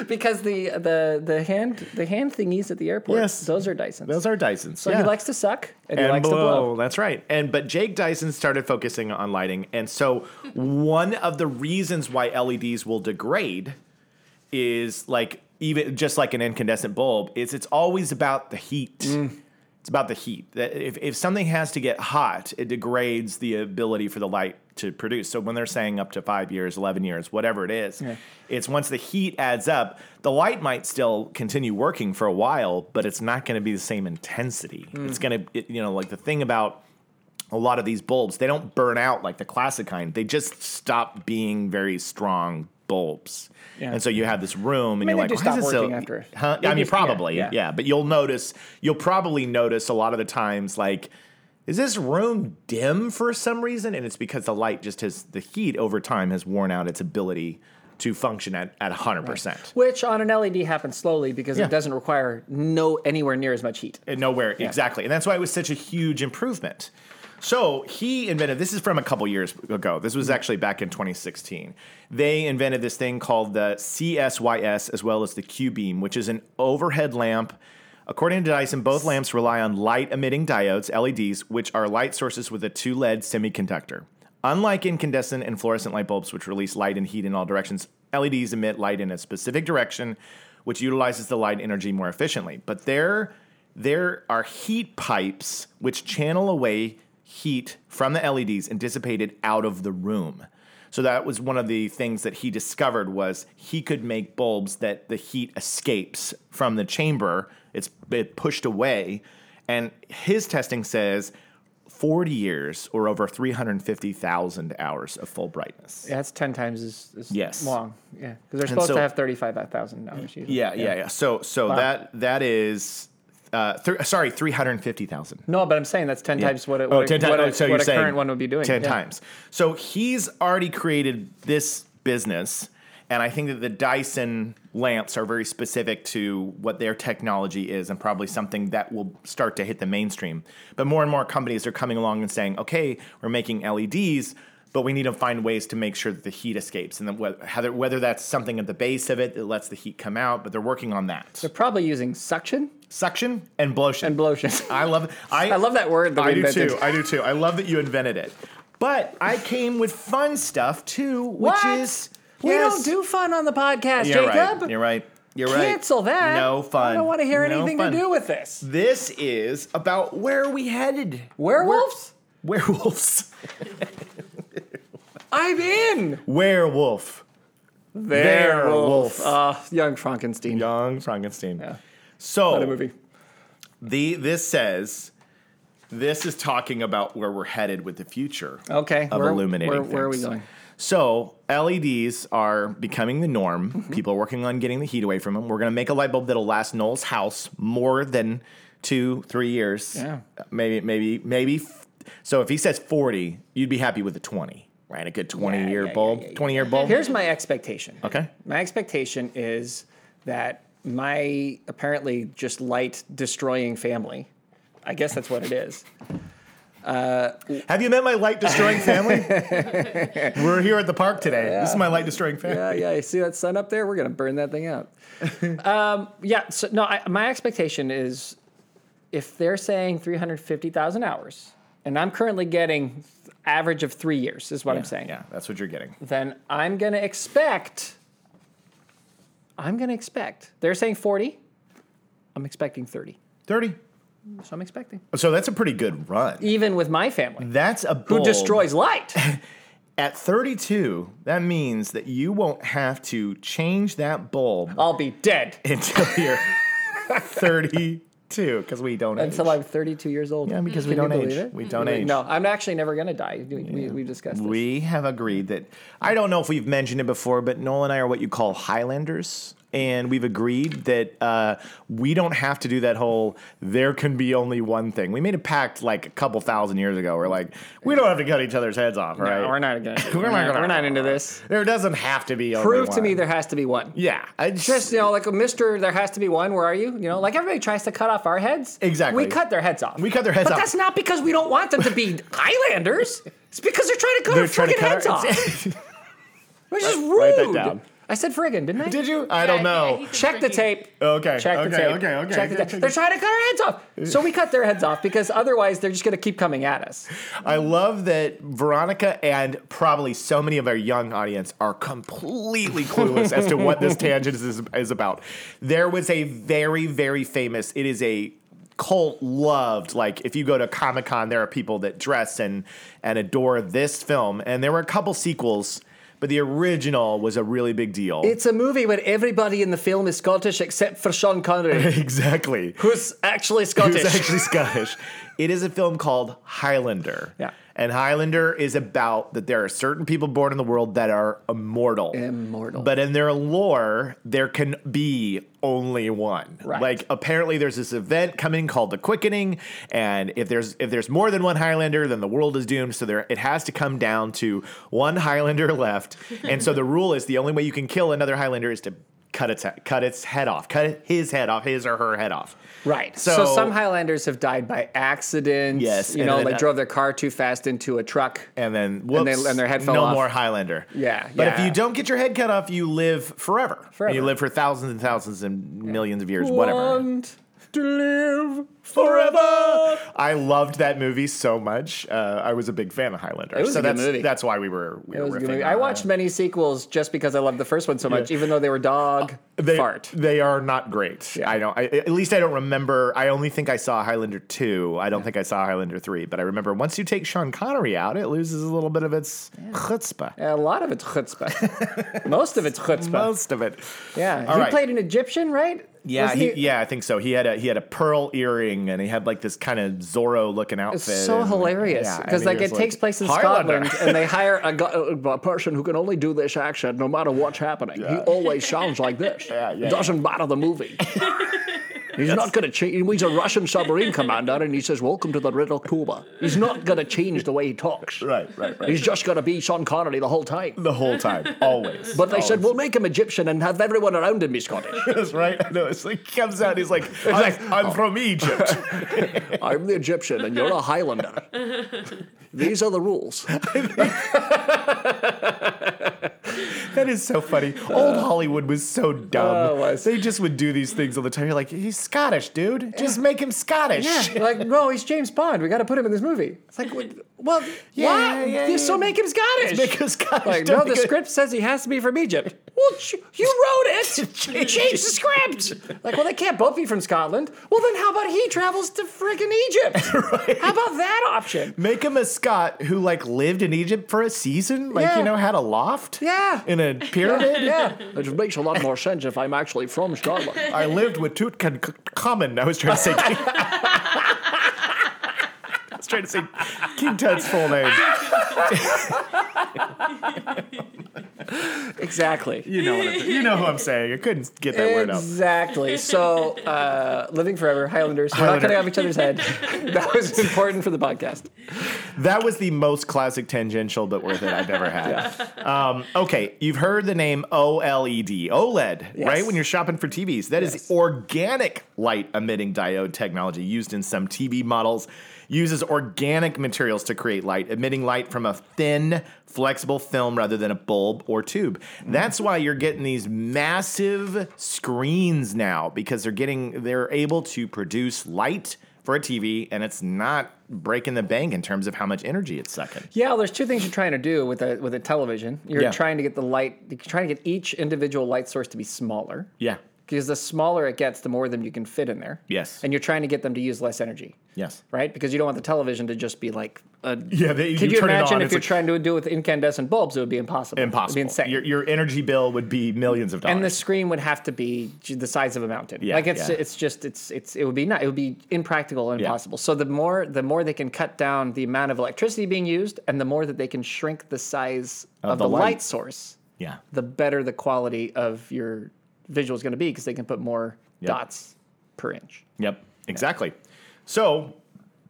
Speaker 2: Because the, the the hand the hand thingies at the airport,
Speaker 3: Yes.
Speaker 2: those are Dysons.
Speaker 3: Those are Dysons.
Speaker 2: so he likes to suck and, he
Speaker 3: and
Speaker 2: likes
Speaker 3: blow.
Speaker 2: to blow.
Speaker 3: That's right. And but Jake Dyson started focusing on lighting, and so one of the reasons why LEDs will degrade is like even just like an incandescent bulb is it's always about the heat.
Speaker 2: Mm.
Speaker 3: It's about the heat. That If if something has to get hot, it degrades the ability for the light to produce. So when they're saying up to five years, eleven years, whatever it is, it's once the heat adds up, the light might still continue working for a while, but it's not going to be the same intensity. It's going to you know like the thing about a lot of these bulbs, they don't burn out like the classic kind. They just stop being very strong bulbs.
Speaker 2: Yeah.
Speaker 3: And so you have this room and
Speaker 2: mean,
Speaker 3: you're
Speaker 2: they
Speaker 3: like,
Speaker 2: just
Speaker 3: "Why is
Speaker 2: stop
Speaker 3: it so-"
Speaker 2: working after-
Speaker 3: Huh?
Speaker 2: They
Speaker 3: I mean,
Speaker 2: just- yeah,
Speaker 3: probably.
Speaker 2: yeah.
Speaker 3: yeah. But you'll notice, you'll probably notice a lot of the times, like, is this room dim for some reason? And it's because the light just has, the heat over time has worn out its ability to function at, at 100%.
Speaker 2: Which on an LED happens slowly because
Speaker 3: Yeah.
Speaker 2: it doesn't require no anywhere near as much heat.
Speaker 3: And uh, nowhere exactly and that's why it was such a huge improvement so he invented this is from a couple years ago this was actually back in 2016 they invented this thing called the csys as well as the q-beam which is an overhead lamp according to dyson both lamps rely on light emitting diodes leds which are light sources with a two lead semiconductor Unlike incandescent and fluorescent light bulbs, which release light and heat in all directions, LEDs emit light in a specific direction, which utilizes the light energy more efficiently. But there, there are heat pipes which channel away heat from the LEDs and dissipate it out of the room. So that was one of the things that he discovered was he could make bulbs that the heat escapes from the chamber. It's it pushed away, and his testing says 40 years or over 350,000 hours of full brightness.
Speaker 2: Yeah, that's ten times as, as
Speaker 3: Yes.
Speaker 2: long. Yeah, because they're supposed
Speaker 3: so-
Speaker 2: to have thirty-five thousand dollars.
Speaker 3: Yeah, yeah, yeah. So so that that is uh th- sorry, 350,000.
Speaker 2: No, but I'm saying that's ten times what it, what,
Speaker 3: oh, 10
Speaker 2: a,
Speaker 3: times.
Speaker 2: what a-
Speaker 3: oh, so
Speaker 2: what
Speaker 3: you're
Speaker 2: a
Speaker 3: saying
Speaker 2: current one would be doing.
Speaker 3: 10
Speaker 2: yeah.
Speaker 3: times. So he's already created this business. And I think that the Dyson lamps are very specific to what their technology is and probably something that will start to hit the mainstream. But more and more companies are coming along and saying, okay, we're making LEDs, but we need to find ways to make sure that the heat escapes. And then whether, whether- whether that's something at the base of it that lets the heat come out, but they're working on that.
Speaker 2: They're probably using suction
Speaker 3: Suction and blotion.
Speaker 2: and blotion.
Speaker 3: I love it. I,
Speaker 2: I love that word that
Speaker 3: I
Speaker 2: we
Speaker 3: do
Speaker 2: invented.
Speaker 3: too. I do too. I love that you invented it. But I came with fun stuff too, which
Speaker 2: What?
Speaker 3: is
Speaker 2: we
Speaker 3: Yes.
Speaker 2: don't do fun on the podcast,
Speaker 3: You're
Speaker 2: Jacob.
Speaker 3: right. You're right. You're right.
Speaker 2: Cancel that.
Speaker 3: No fun.
Speaker 2: I don't want to hear
Speaker 3: No
Speaker 2: anything
Speaker 3: fun.
Speaker 2: to do with this.
Speaker 3: This is about where are we headed?
Speaker 2: Werewolves?
Speaker 3: Where- werewolves.
Speaker 2: I'm in.
Speaker 3: Werewolf. Werewolf.
Speaker 2: Uh, young Frankenstein.
Speaker 3: Young Frankenstein.
Speaker 2: Yeah.
Speaker 3: So
Speaker 2: What a movie.
Speaker 3: the this says this is talking about where we're headed with the future.
Speaker 2: Okay.
Speaker 3: of illuminating
Speaker 2: Where, where are we
Speaker 3: things.
Speaker 2: going?
Speaker 3: So LEDs are becoming the
Speaker 2: Mm-hmm.
Speaker 3: norm. People are working on getting the heat away from them. We're going to make a light bulb that'll last Noel's house more than two, three years.
Speaker 2: Yeah.
Speaker 3: Maybe, maybe, maybe. f- So if he says 40, you'd be happy with a 20, right? A good 20 year
Speaker 2: yeah,
Speaker 3: bulb,
Speaker 2: yeah, yeah, yeah.
Speaker 3: 20 year bulb.
Speaker 2: Here's my expectation.
Speaker 3: okay.
Speaker 2: My expectation is that my apparently just light destroying family, I guess that's what it is.
Speaker 3: Have you met my light destroying family? We're here at the park today. This is my light destroying family.
Speaker 2: Yeah, yeah. You see that sun up there? We're gonna burn that thing up. um, yeah. So no, I, my expectation is if they're saying 350,000 hours, and I'm currently getting average of three years, is what I'm saying.
Speaker 3: Yeah, that's what you're getting.
Speaker 2: Then I'm gonna expect. I'm gonna expect. They're saying 40. I'm expecting 30.
Speaker 3: 30.
Speaker 2: So I'm expecting.
Speaker 3: So that's a pretty good run.
Speaker 2: Even with my family,
Speaker 3: That's a
Speaker 2: who
Speaker 3: bulb.
Speaker 2: destroys light.
Speaker 3: At 32, that means that you won't have to change that bulb
Speaker 2: I'll be dead
Speaker 3: until you're 32 because we don't age.
Speaker 2: until I'm 32 years old.
Speaker 3: yeah, because we
Speaker 2: Can you
Speaker 3: don't age.
Speaker 2: believe it?
Speaker 3: We don't age.
Speaker 2: No, I'm actually never gonna die. We, we, we discussed this.
Speaker 3: We have agreed that I don't know if we've mentioned it before, but Noel and I are what you call Highlanders, and we've agreed that uh, we don't have to do that whole "there can be only one thing." We made a pact like a couple thousand years ago. We're like, we don't have to cut each other's heads off, right?
Speaker 2: No, we're not gonna.
Speaker 3: We're not gonna-
Speaker 2: We're not into this.
Speaker 3: There doesn't have to be. Only
Speaker 2: Prove to me
Speaker 3: one.
Speaker 2: there has to be one.
Speaker 3: Yeah, I
Speaker 2: Just you know, like Mister, there has to be one. Where are you? You know, like everybody tries to cut off our heads.
Speaker 3: Exactly.
Speaker 2: We cut their heads off.
Speaker 3: We cut their heads
Speaker 2: but
Speaker 3: off.
Speaker 2: But that's not because we don't want them to be Highlanders. It's because they're trying to cut
Speaker 3: They're
Speaker 2: our
Speaker 3: trying to
Speaker 2: friggin'
Speaker 3: cut
Speaker 2: heads
Speaker 3: our-
Speaker 2: off, which is rude.
Speaker 3: Write that down.
Speaker 2: I said friggin', didn't I?
Speaker 3: Did you? I don't
Speaker 4: Yeah,
Speaker 3: know.
Speaker 4: he-
Speaker 2: Check the tape.
Speaker 3: Okay.
Speaker 2: Check
Speaker 3: okay,
Speaker 2: the tape.
Speaker 3: Okay. Okay.
Speaker 2: Check the
Speaker 3: okay,
Speaker 2: tape. They're trying to cut our heads off, so we cut their heads off because otherwise they're just gonna keep coming at us.
Speaker 3: I love that Veronica and probably so many of our young audience are completely clueless as to what this tangent is, is about. There was a very, very famous, it is a cult loved, like if you go to Comic Con, there are people that dress and, and adore this film. And there were a couple sequels, but the original was a really big deal.
Speaker 2: It's a movie where everybody in the film is Scottish except for Sean Connery,
Speaker 3: exactly.
Speaker 2: who's actually Scottish.
Speaker 3: Who's actually Scottish. It is a film called Highlander.
Speaker 2: Yeah.
Speaker 3: And Highlander is about that there are certain people born in the world that are immortal.
Speaker 2: Immortal.
Speaker 3: But in their lore, there can be only one.
Speaker 2: Right.
Speaker 3: Like apparently there's this event coming called the quickening, and if there's if there's more than one Highlander, then the world is doomed. So there it has to come down to one Highlander left. and so the rule is the only way you can kill another Highlander is to cut its cut its head off, cut his head off, his or her head off.
Speaker 2: Right. So,
Speaker 3: So-
Speaker 2: some Highlanders have died by accident.
Speaker 3: Yes,
Speaker 2: You
Speaker 3: and
Speaker 2: know,
Speaker 3: then
Speaker 2: they
Speaker 3: that-
Speaker 2: drove their car too fast into a truck.
Speaker 3: and
Speaker 2: And
Speaker 3: then
Speaker 2: they-
Speaker 3: whoops,
Speaker 2: and their head fell
Speaker 3: no
Speaker 2: off.
Speaker 3: more Highlander.
Speaker 2: Yeah,
Speaker 3: But if
Speaker 2: yeah.
Speaker 3: you don't get your head cut off, you live forever. And
Speaker 2: Forever.
Speaker 3: you live for thousands and thousands and millions of years, whatever.
Speaker 2: Want to live
Speaker 3: Forever. I loved that movie so much. Uh, I was a big fan of Highlander.
Speaker 2: It was
Speaker 3: so
Speaker 2: a good
Speaker 3: that's,
Speaker 2: movie.
Speaker 3: That's why we were. We
Speaker 2: That
Speaker 3: were Uh,
Speaker 2: was a good
Speaker 3: riffing
Speaker 2: movie.
Speaker 3: on
Speaker 2: I
Speaker 3: that.
Speaker 2: watched many sequels just because I loved the first one so much, even though they were dog
Speaker 3: Uh, They,
Speaker 2: fart.
Speaker 3: They are not great.
Speaker 2: Yeah.
Speaker 3: I don't. I, at least I don't remember. I only think I saw Highlander two. I don't think I saw Highlander three. But I remember once you take Sean Connery out, it loses a little bit of its chutzpah.
Speaker 2: A lot of it's chutzpah. Most of it's chutzpah.
Speaker 3: Most of it.
Speaker 2: yeah.
Speaker 3: All
Speaker 2: he
Speaker 3: right.
Speaker 2: played an Egyptian, right?
Speaker 3: Yeah,
Speaker 2: Wasn't
Speaker 3: he, yeah, I think so. He had a he had a pearl earring and he had like this kind of Zorro looking outfit.
Speaker 2: It's so
Speaker 3: and-
Speaker 2: hilarious
Speaker 3: yeah, I
Speaker 2: because
Speaker 3: mean,
Speaker 2: like
Speaker 3: he
Speaker 2: it
Speaker 3: was
Speaker 2: takes place in
Speaker 3: Highlander.
Speaker 2: Scotland, and they hire a, gu- a person who can only do this accent no matter what's happening. He
Speaker 3: Yeah.
Speaker 2: always sounds like this.
Speaker 3: Yeah, yeah,
Speaker 2: it doesn't matter the movie. He's not going to change. He's a Russian submarine commander, and he says, "Welcome to the Red October." He's not going to change the way he talks.
Speaker 3: Right, right, right.
Speaker 2: He's just going to be Sean Connery the whole time.
Speaker 3: The whole time, always.
Speaker 2: But they said, "We'll make him Egyptian and have everyone around him be Scottish."
Speaker 3: That's right. I know. It's like he comes out. He's like, oh." I'm, I'm from Egypt.
Speaker 2: I'm the Egyptian, and you're a Highlander. These are the rules.
Speaker 3: that is so funny. Old Hollywood was so dumb.
Speaker 2: Oh, it was.
Speaker 3: They just would do these things all the time. You're like, he's Scottish, dude. Just make him Scottish.
Speaker 2: Yeah, like no, he's James Bond. We got to put him in this movie. It's like, what- well, why?
Speaker 3: Yeah, yeah, yeah.
Speaker 2: So make him Scottish.
Speaker 3: Make him Scottish.
Speaker 2: like
Speaker 3: Don't
Speaker 2: no, the
Speaker 3: make him-
Speaker 2: script says he has to be from Egypt. Well, ch- you wrote it.
Speaker 3: Change
Speaker 2: Change the script. Like, well, they can't both be from Scotland. Well, then how about he travels to freaking Egypt? How about that option?
Speaker 3: Make him a Scot who like lived in Egypt for a season. Like
Speaker 2: Yeah.
Speaker 3: you know, had a loft.
Speaker 2: Yeah.
Speaker 3: In a pyramid.
Speaker 2: Yeah, it makes a lot more sense if I'm actually from Scotland.
Speaker 3: I lived with Tutankhamun. I was trying to say. King- I was trying to say King Tut's full name.
Speaker 2: exactly.
Speaker 3: You know what I'm, you know who I'm saying. I couldn't get that word out.
Speaker 2: Exactly. So, uh, Living Forever, Highlanders, we're not
Speaker 3: Highlander.
Speaker 2: cutting off each other's head. that was important for the podcast.
Speaker 3: That was the most classic tangential but worth it I've ever had. Um, okay, you've heard the name E OLED, OLED, right? When you're shopping for TVs, that is
Speaker 2: Yes.
Speaker 3: organic light emitting diode technology used in some TV models. Uses organic materials to create light, emitting light from a thin, flexible film rather than a bulb or tube. That's why you're getting these massive screens now because they're getting they're able to produce light for a TV and it's not breaking the bank in terms of how much energy it's sucking.
Speaker 2: Yeah, well, there's two things you're trying to do with a with a television. You're
Speaker 3: Yeah.
Speaker 2: trying to get the light. You're trying to get each individual light source to be smaller.
Speaker 3: Yeah.
Speaker 2: Because the smaller it gets, the more of them you can fit in there.
Speaker 3: Yes.
Speaker 2: And you're trying to get them to use less energy.
Speaker 3: Yes.
Speaker 2: Right? Because you don't want the television to just be like a.
Speaker 3: Yeah, they,
Speaker 2: Could you,
Speaker 3: turn it
Speaker 2: imagine
Speaker 3: on,
Speaker 2: if
Speaker 3: it's
Speaker 2: you're
Speaker 3: like,
Speaker 2: trying to do it with incandescent bulbs? It would be impossible. It'd
Speaker 3: impossible.
Speaker 2: be insane.
Speaker 3: Your, your energy bill would be millions of dollars.
Speaker 2: and the screen would have to be j- the size of a mountain.
Speaker 3: Yeah,
Speaker 2: like it's
Speaker 3: yeah.
Speaker 2: it's just it's it's it would be not it would be impractical and impossible. So the more the more they can cut down the amount of electricity being used, and the more that they can shrink the size of,
Speaker 3: the
Speaker 2: the, light.
Speaker 3: light.
Speaker 2: source,
Speaker 3: yeah.
Speaker 2: the better the quality of your visual is going to be because they can put more
Speaker 3: Yep.
Speaker 2: dots per inch.
Speaker 3: Yep. Exactly. So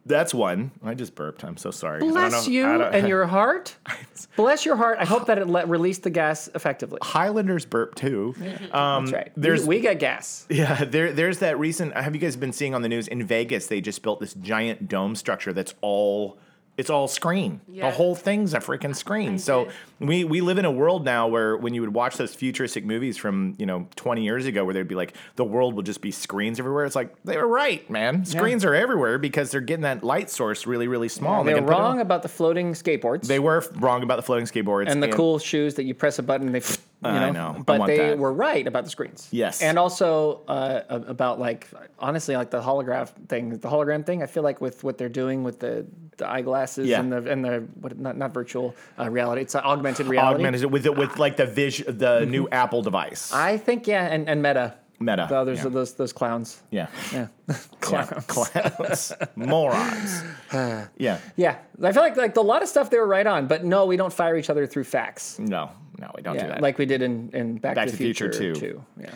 Speaker 3: that's one. I just burped. I'm so sorry. I don't
Speaker 2: Bless
Speaker 3: know-
Speaker 2: you
Speaker 3: I don't-
Speaker 2: and your heart. Bless your heart. I hope that it let release the gas effectively.
Speaker 3: Highlanders burp too. Um,
Speaker 2: That's right.
Speaker 3: There's
Speaker 2: we, we got gas.
Speaker 3: yeah. There, there's that recent. Have you guys been seeing on the news in Vegas? They just built this giant dome structure that's all. It's all screen.
Speaker 4: Yeah.
Speaker 3: The whole thing's a freaking screen. so
Speaker 4: did.
Speaker 3: we we live in a world now where when you would watch those futuristic movies from you know 20 years ago, where they'd be like the world would just be screens everywhere. It's like they were right, man. Screens are everywhere because they're getting that light source really really small.
Speaker 2: They're
Speaker 3: can put it
Speaker 2: wrong
Speaker 3: on-
Speaker 2: about the floating skateboards.
Speaker 3: They were wrong about the floating skateboards
Speaker 2: and the cool shoes that you press a button and they. You know,
Speaker 3: I know. I
Speaker 2: but
Speaker 3: want
Speaker 2: they
Speaker 3: that.
Speaker 2: were right about the screens.
Speaker 3: Yes.
Speaker 2: and also uh, a- about like honestly, like the holograph thing, the hologram thing. I feel like with what they're doing with the, the eyeglasses
Speaker 3: Yeah.
Speaker 2: and the and the what not not virtual uh, reality, it's augmented reality. Mm-hmm.
Speaker 3: augmented with it with like the vis the new Apple device.
Speaker 2: I think yeah, and, and Meta,
Speaker 3: Meta,
Speaker 2: the others
Speaker 3: yeah.
Speaker 2: of those those clowns.
Speaker 3: yeah.
Speaker 2: Yeah,
Speaker 3: Yeah,
Speaker 2: clowns.
Speaker 3: Clowns. Morons. Yeah.
Speaker 2: Yeah, I feel like like a lot of stuff they were right on, but no, we don't fire each other through facts.
Speaker 3: No, no, we don't do
Speaker 2: Yeah,
Speaker 3: that.
Speaker 2: like we did in, in Back, to the Future,
Speaker 3: too.
Speaker 2: too. Yeah.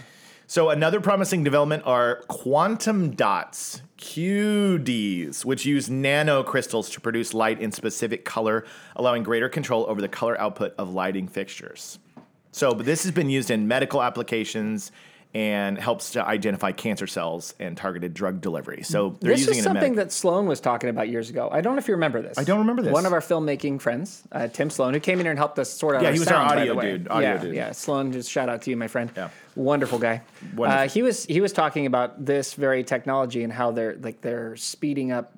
Speaker 3: so another promising development are quantum dots, QDs, which use nanocrystals to produce light in specific color, allowing greater control over the color output of lighting fixtures. So, but this has been used in medical applications and helps to identify cancer cells and targeted drug delivery. So they're
Speaker 2: this
Speaker 3: using
Speaker 2: is
Speaker 3: it in medical.
Speaker 2: something that Sloan was talking about years ago. I don't know if you remember this. I
Speaker 3: don't remember this.
Speaker 2: One of our filmmaking friends, uh, Tim Sloan, who came in here and helped us sort out.
Speaker 3: Yeah,
Speaker 2: our
Speaker 3: he was our
Speaker 2: sound, by
Speaker 3: audio
Speaker 2: the way.
Speaker 3: dude, audio
Speaker 2: yeah,
Speaker 3: dude.
Speaker 2: Yeah, Sloan, just shout out to you, my friend.
Speaker 3: Yeah.
Speaker 2: wonderful guy.
Speaker 3: Wonderful.
Speaker 2: Uh, he was he was talking about this very technology and how they're like they're speeding up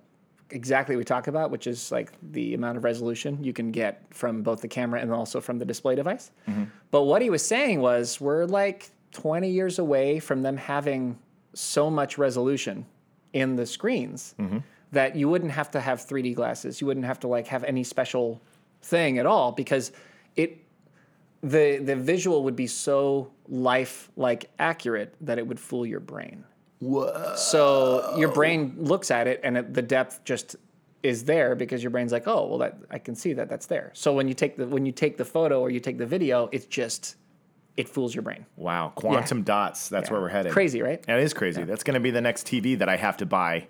Speaker 2: exactly what we talk about, which is like the amount of resolution you can get from both the camera and also from the display device. But what he was saying was we're like 20 years away from them having so much resolution in the screens that you wouldn't have to have 3D glasses. You wouldn't have to like have any special thing at all because it the the visual would be so life like accurate that it would fool your brain. Whoa. So your brain looks at it and it, the depth just is there because your brain's like, oh well, that I can see that that's there. So when you take the when you take the photo or you take the video, it's just it fools your brain.
Speaker 3: Wow, quantum dots. That's
Speaker 2: Yeah.
Speaker 3: where we're headed.
Speaker 2: Crazy, right?
Speaker 3: That is crazy. That's going to be the next TV that I have to buy.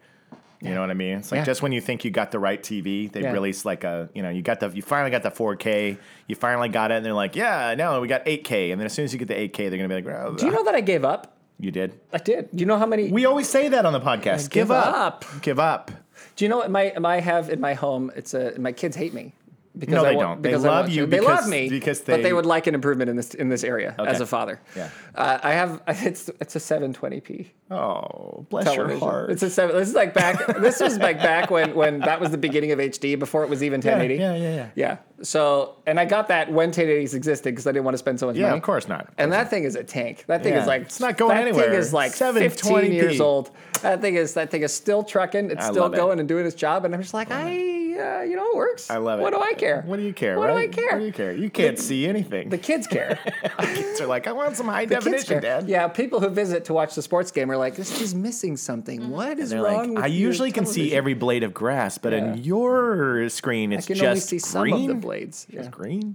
Speaker 3: You know what I mean? It's like
Speaker 2: Yeah.
Speaker 3: just when you think you got the right TV, they
Speaker 2: Yeah.
Speaker 3: release like a, you know, you got the, you finally got the 4K, you finally got it, and they're like, yeah, no, we got 8K, and then as soon as you get the 8K, they're gonna be like, oh,
Speaker 2: Do you know that I gave up?
Speaker 3: you did.
Speaker 2: I did. Do you know how many?
Speaker 3: We always say that on the podcast. Give,
Speaker 2: give
Speaker 3: up. give up.
Speaker 2: do you know what my my have in my home? It's a my kids hate me. Because
Speaker 3: No,
Speaker 2: I
Speaker 3: they
Speaker 2: wa-
Speaker 3: don't. They
Speaker 2: because I
Speaker 3: love
Speaker 2: want
Speaker 3: you
Speaker 2: to. They
Speaker 3: because-
Speaker 2: love me
Speaker 3: because
Speaker 2: but
Speaker 3: they-
Speaker 2: they would like an improvement in this in this area as
Speaker 3: Okay.
Speaker 2: a father.
Speaker 3: Yeah.
Speaker 2: uh, I have it's it's a 720p.
Speaker 3: Oh, bless
Speaker 2: television.
Speaker 3: your heart.
Speaker 2: It's a seven. This is like back. this was like back when when that was the beginning of HD before it was even 1080.
Speaker 3: yeah, yeah, yeah.
Speaker 2: So and I got that when 1080s existed because I didn't want to spend so much
Speaker 3: yeah,
Speaker 2: money.
Speaker 3: of course not.
Speaker 2: And that thing is a tank. That thing
Speaker 3: Yeah.
Speaker 2: is like
Speaker 3: It's not going
Speaker 2: that
Speaker 3: anywhere.
Speaker 2: thing is like 15
Speaker 3: 720p.
Speaker 2: years old. That thing is that thing is still trucking. It's
Speaker 3: I
Speaker 2: still
Speaker 3: love it.
Speaker 2: going and doing its job. And I'm just like, I, uh, you know, it works.
Speaker 3: I love it.
Speaker 2: What do I care?
Speaker 3: What do you care?
Speaker 2: What
Speaker 3: right?
Speaker 2: do I care?
Speaker 3: What do you care? You can't see anything.
Speaker 2: The kids care.
Speaker 3: kids are like, I want some high
Speaker 2: The kids
Speaker 3: definition,
Speaker 2: care.
Speaker 3: Dad.
Speaker 2: Yeah, people who visit to watch the sports game are like, this is missing something. What is
Speaker 3: Mm. They're
Speaker 2: wrong
Speaker 3: like,
Speaker 2: with
Speaker 3: I
Speaker 2: your
Speaker 3: usually can see
Speaker 2: television?"
Speaker 3: every blade of grass, but in
Speaker 2: Yeah.
Speaker 3: your screen, it's
Speaker 2: can
Speaker 3: just
Speaker 2: only see
Speaker 3: green.
Speaker 2: some of the blades. Yeah. Oh,
Speaker 3: It's green.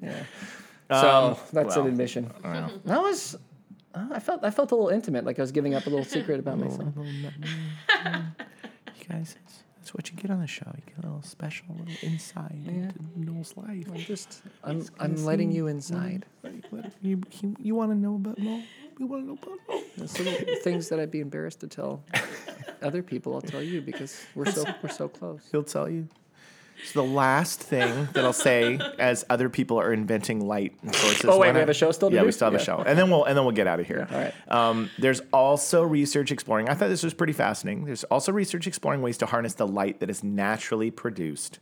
Speaker 2: So
Speaker 3: Um,
Speaker 2: that's
Speaker 3: well,
Speaker 2: an admission. That was. uh, I felt I felt a little intimate, like I was giving up a little secret about myself.
Speaker 3: You guys, that's, that's what you get on the show. You get a little special, a little insight into Noel's life.
Speaker 2: Just I'm I'm letting you inside.
Speaker 3: Like, what- you you, you want to know about Noel? We want to know about Noel.
Speaker 2: There's little things that I'd be embarrassed to tell other people. I'll tell you because we're so we're so close.
Speaker 3: He'll tell you. So the last thing that I'll say, as other people are inventing light and sources.
Speaker 2: Oh, wait,
Speaker 3: why
Speaker 2: we
Speaker 3: not?
Speaker 2: have a show still to
Speaker 3: yeah,
Speaker 2: do?
Speaker 3: we still have
Speaker 2: Yeah.
Speaker 3: a show, and then we'll and then we'll get out of here.
Speaker 2: all right.
Speaker 3: Um, there's also research exploring. I thought this was pretty fascinating. There's also research exploring ways to harness the light that is naturally produced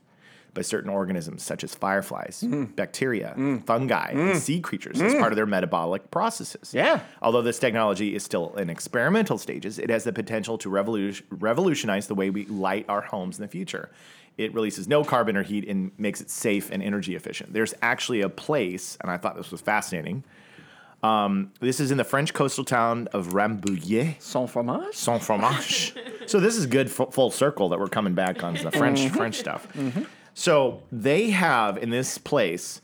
Speaker 3: by certain organisms, such as fireflies, bacteria, fungi, and sea creatures, as part of their metabolic processes.
Speaker 2: Yeah.
Speaker 3: Although this technology is still in experimental stages, it has the potential to revolution- revolutionize the way we light our homes in the future. It releases no carbon or heat and makes it safe and energy efficient. There's actually a place, and I thought this was fascinating. Um, this is in the French coastal town of Rambouillet,
Speaker 2: Sans fromage.
Speaker 3: sans fromage. so this is good f- full circle that we're coming back on the French French stuff. So they have in this place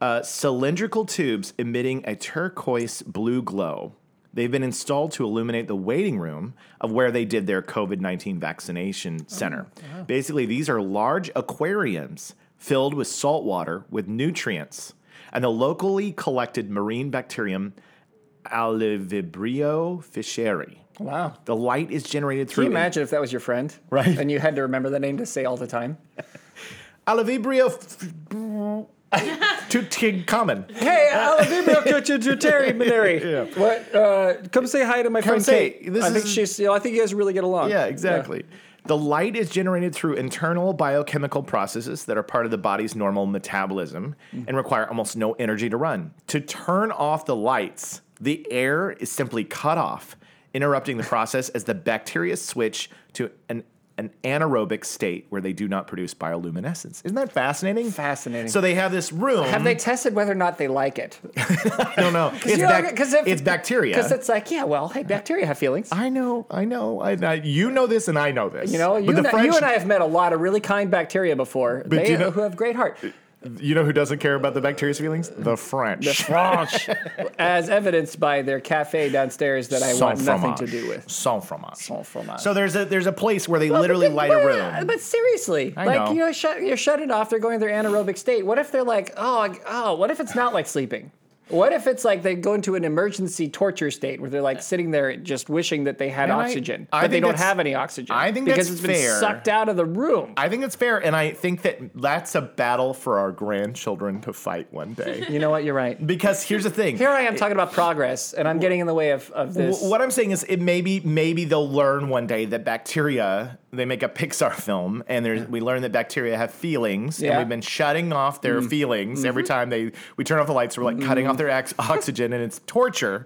Speaker 3: uh, cylindrical tubes emitting a turquoise blue glow. They've been installed to illuminate the waiting room of where they did their COVID 19 vaccination center. Basically, these are large aquariums filled with salt water with nutrients and the locally collected marine bacterium Alivibrio fischeri.
Speaker 2: Wow.
Speaker 3: The light is generated
Speaker 2: Can
Speaker 3: through
Speaker 2: you imagine if that was your friend?
Speaker 3: Right.
Speaker 2: And you had to remember the name to say all the time.
Speaker 3: Alivibrio f- to King Common.
Speaker 2: Hey, Alabama Terry Maneri. What? Uh, come say hi to my friend
Speaker 3: say-
Speaker 2: Kate.
Speaker 3: this
Speaker 2: I think
Speaker 3: is-
Speaker 2: she's. You know, I think you guys really get along.
Speaker 3: Yeah, exactly. The light is generated through internal biochemical processes that are part of the body's normal metabolism
Speaker 2: Mm-hmm.
Speaker 3: and require almost no energy to run. To turn off the lights, the air is simply cut off, interrupting the process as the bacteria switch to an an anaerobic state where they do not produce bioluminescence. Isn't that fascinating?
Speaker 2: Fascinating.
Speaker 3: So they have this room.
Speaker 2: Have they tested whether or not they like it?
Speaker 3: No, no. It's,
Speaker 2: you know,
Speaker 3: bac-
Speaker 2: 'cause if-
Speaker 3: it's bacteria.
Speaker 2: Because it's like, yeah, well, hey, bacteria have feelings.
Speaker 3: I know, I know, I, I you know this, and I know this.
Speaker 2: You know,
Speaker 3: but
Speaker 2: you
Speaker 3: the
Speaker 2: and, I-
Speaker 3: French,
Speaker 2: you and I have met a lot of really kind bacteria before.
Speaker 3: But
Speaker 2: they
Speaker 3: do you know-
Speaker 2: who have great heart.
Speaker 3: you know who doesn't care about the bacteria's feelings? The French.
Speaker 2: French, as evidenced by their cafe downstairs that I
Speaker 3: Sans
Speaker 2: want nothing
Speaker 3: fromage.
Speaker 2: to do with.
Speaker 3: Sans fromage.
Speaker 2: Sans fromage.
Speaker 3: So there's a there's a place where they literally
Speaker 2: But-
Speaker 3: light a
Speaker 2: but-
Speaker 3: room.
Speaker 2: But seriously,
Speaker 3: I
Speaker 2: like
Speaker 3: know.
Speaker 2: you know, shut, you're shut it off. They're going to their anaerobic state. What if they're like, oh, I- oh, what if it's not like sleeping? What if it's like they go into an emergency torture state where they're like sitting there just wishing that they had
Speaker 3: And I-
Speaker 2: oxygen,
Speaker 3: I
Speaker 2: but they
Speaker 3: think
Speaker 2: don't
Speaker 3: that's-
Speaker 2: have any oxygen?
Speaker 3: I think
Speaker 2: because
Speaker 3: that's
Speaker 2: it's been
Speaker 3: fair.
Speaker 2: sucked out of the room.
Speaker 3: I think it's fair, and I think that that's a battle for our grandchildren to fight one day.
Speaker 2: you know what? You're right.
Speaker 3: because here's the thing.
Speaker 2: Here I am talking about progress, and I'm getting in the way of, of this.
Speaker 3: Wh- What I'm saying is, it maybe maybe they'll learn one day that bacteria. They make a Pixar film, and there's, we learn that bacteria have feelings,
Speaker 2: Yeah. Mm-hmm.
Speaker 3: and we've been shutting off their feelings every time they we turn off the lights. We're like cutting off their ox- oxygen, and it's torture.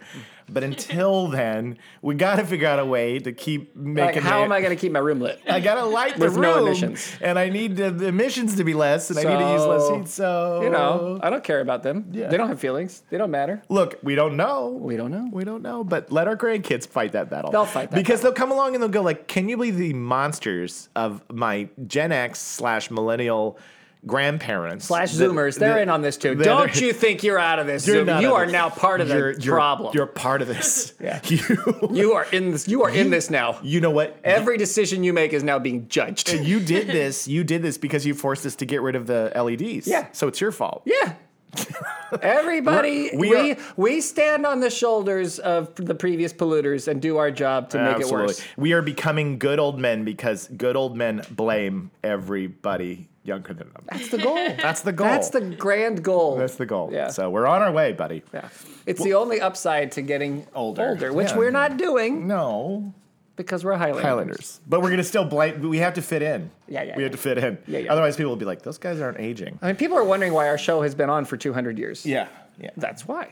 Speaker 3: But until then, we got to figure out a way to keep
Speaker 2: like,
Speaker 3: making.
Speaker 2: how
Speaker 3: it-
Speaker 2: am I going to keep my room lit?
Speaker 3: I gotta light the
Speaker 2: With no
Speaker 3: room,
Speaker 2: emissions.
Speaker 3: and I need the, the emissions to be less, and I need to use less
Speaker 2: So,
Speaker 3: heat. So
Speaker 2: You know, I don't care about them.
Speaker 3: Oh. Yeah.
Speaker 2: They don't have feelings. They don't matter.
Speaker 3: look, we don't know.
Speaker 2: We don't know.
Speaker 3: We don't know, but let our grandkids fight that battle.
Speaker 2: They'll fight that
Speaker 3: because they'll come along and they'll go like, "Can you believe the monsters of my Gen X slash millennial grandparents
Speaker 2: Slash
Speaker 3: that-
Speaker 2: Zoomers, they're
Speaker 3: that-
Speaker 2: in on this too.
Speaker 3: that-
Speaker 2: Don't
Speaker 3: that-
Speaker 2: you think you're out of this?
Speaker 3: you're
Speaker 2: Zoom.
Speaker 3: not
Speaker 2: You
Speaker 3: on
Speaker 2: are
Speaker 3: this.
Speaker 2: now part of
Speaker 3: You're-
Speaker 2: the
Speaker 3: you're-
Speaker 2: problem.
Speaker 3: You're part of this.
Speaker 2: Yeah.
Speaker 3: you
Speaker 2: You are in this. You are in this now.
Speaker 3: you know what?
Speaker 2: Every decision you make is now being judged.
Speaker 3: you did this. You did this because you forced us to get rid of the LEDs.
Speaker 2: Yeah.
Speaker 3: so it's your fault.
Speaker 2: Yeah. Everybody,
Speaker 3: We're-
Speaker 2: we
Speaker 3: we
Speaker 2: we,
Speaker 3: are-
Speaker 2: stand on the shoulders of the previous polluters and do our job to make it worse.
Speaker 3: We are becoming good old men because good old men blame everybody younger than them.
Speaker 2: That's the goal.
Speaker 3: That's the goal.
Speaker 2: That's the grand goal.
Speaker 3: Oh. That's the goal.
Speaker 2: Yeah.
Speaker 3: So we're on our way, buddy.
Speaker 2: Yeah. It's the only upside to getting older,
Speaker 3: Older.
Speaker 2: which
Speaker 3: Yeah.
Speaker 2: we're not doing
Speaker 3: No.
Speaker 2: because we're Highlanders.
Speaker 3: Highlanders. But we're going to still blame. We have to fit in.
Speaker 2: Yeah, yeah,
Speaker 3: We have
Speaker 2: yeah.
Speaker 3: to fit in.
Speaker 2: Yeah, yeah.
Speaker 3: Otherwise, people will be like, those guys aren't aging.
Speaker 2: I mean, people are wondering why our show has been on for 200 years.
Speaker 3: Yeah. Yeah.
Speaker 2: That's why.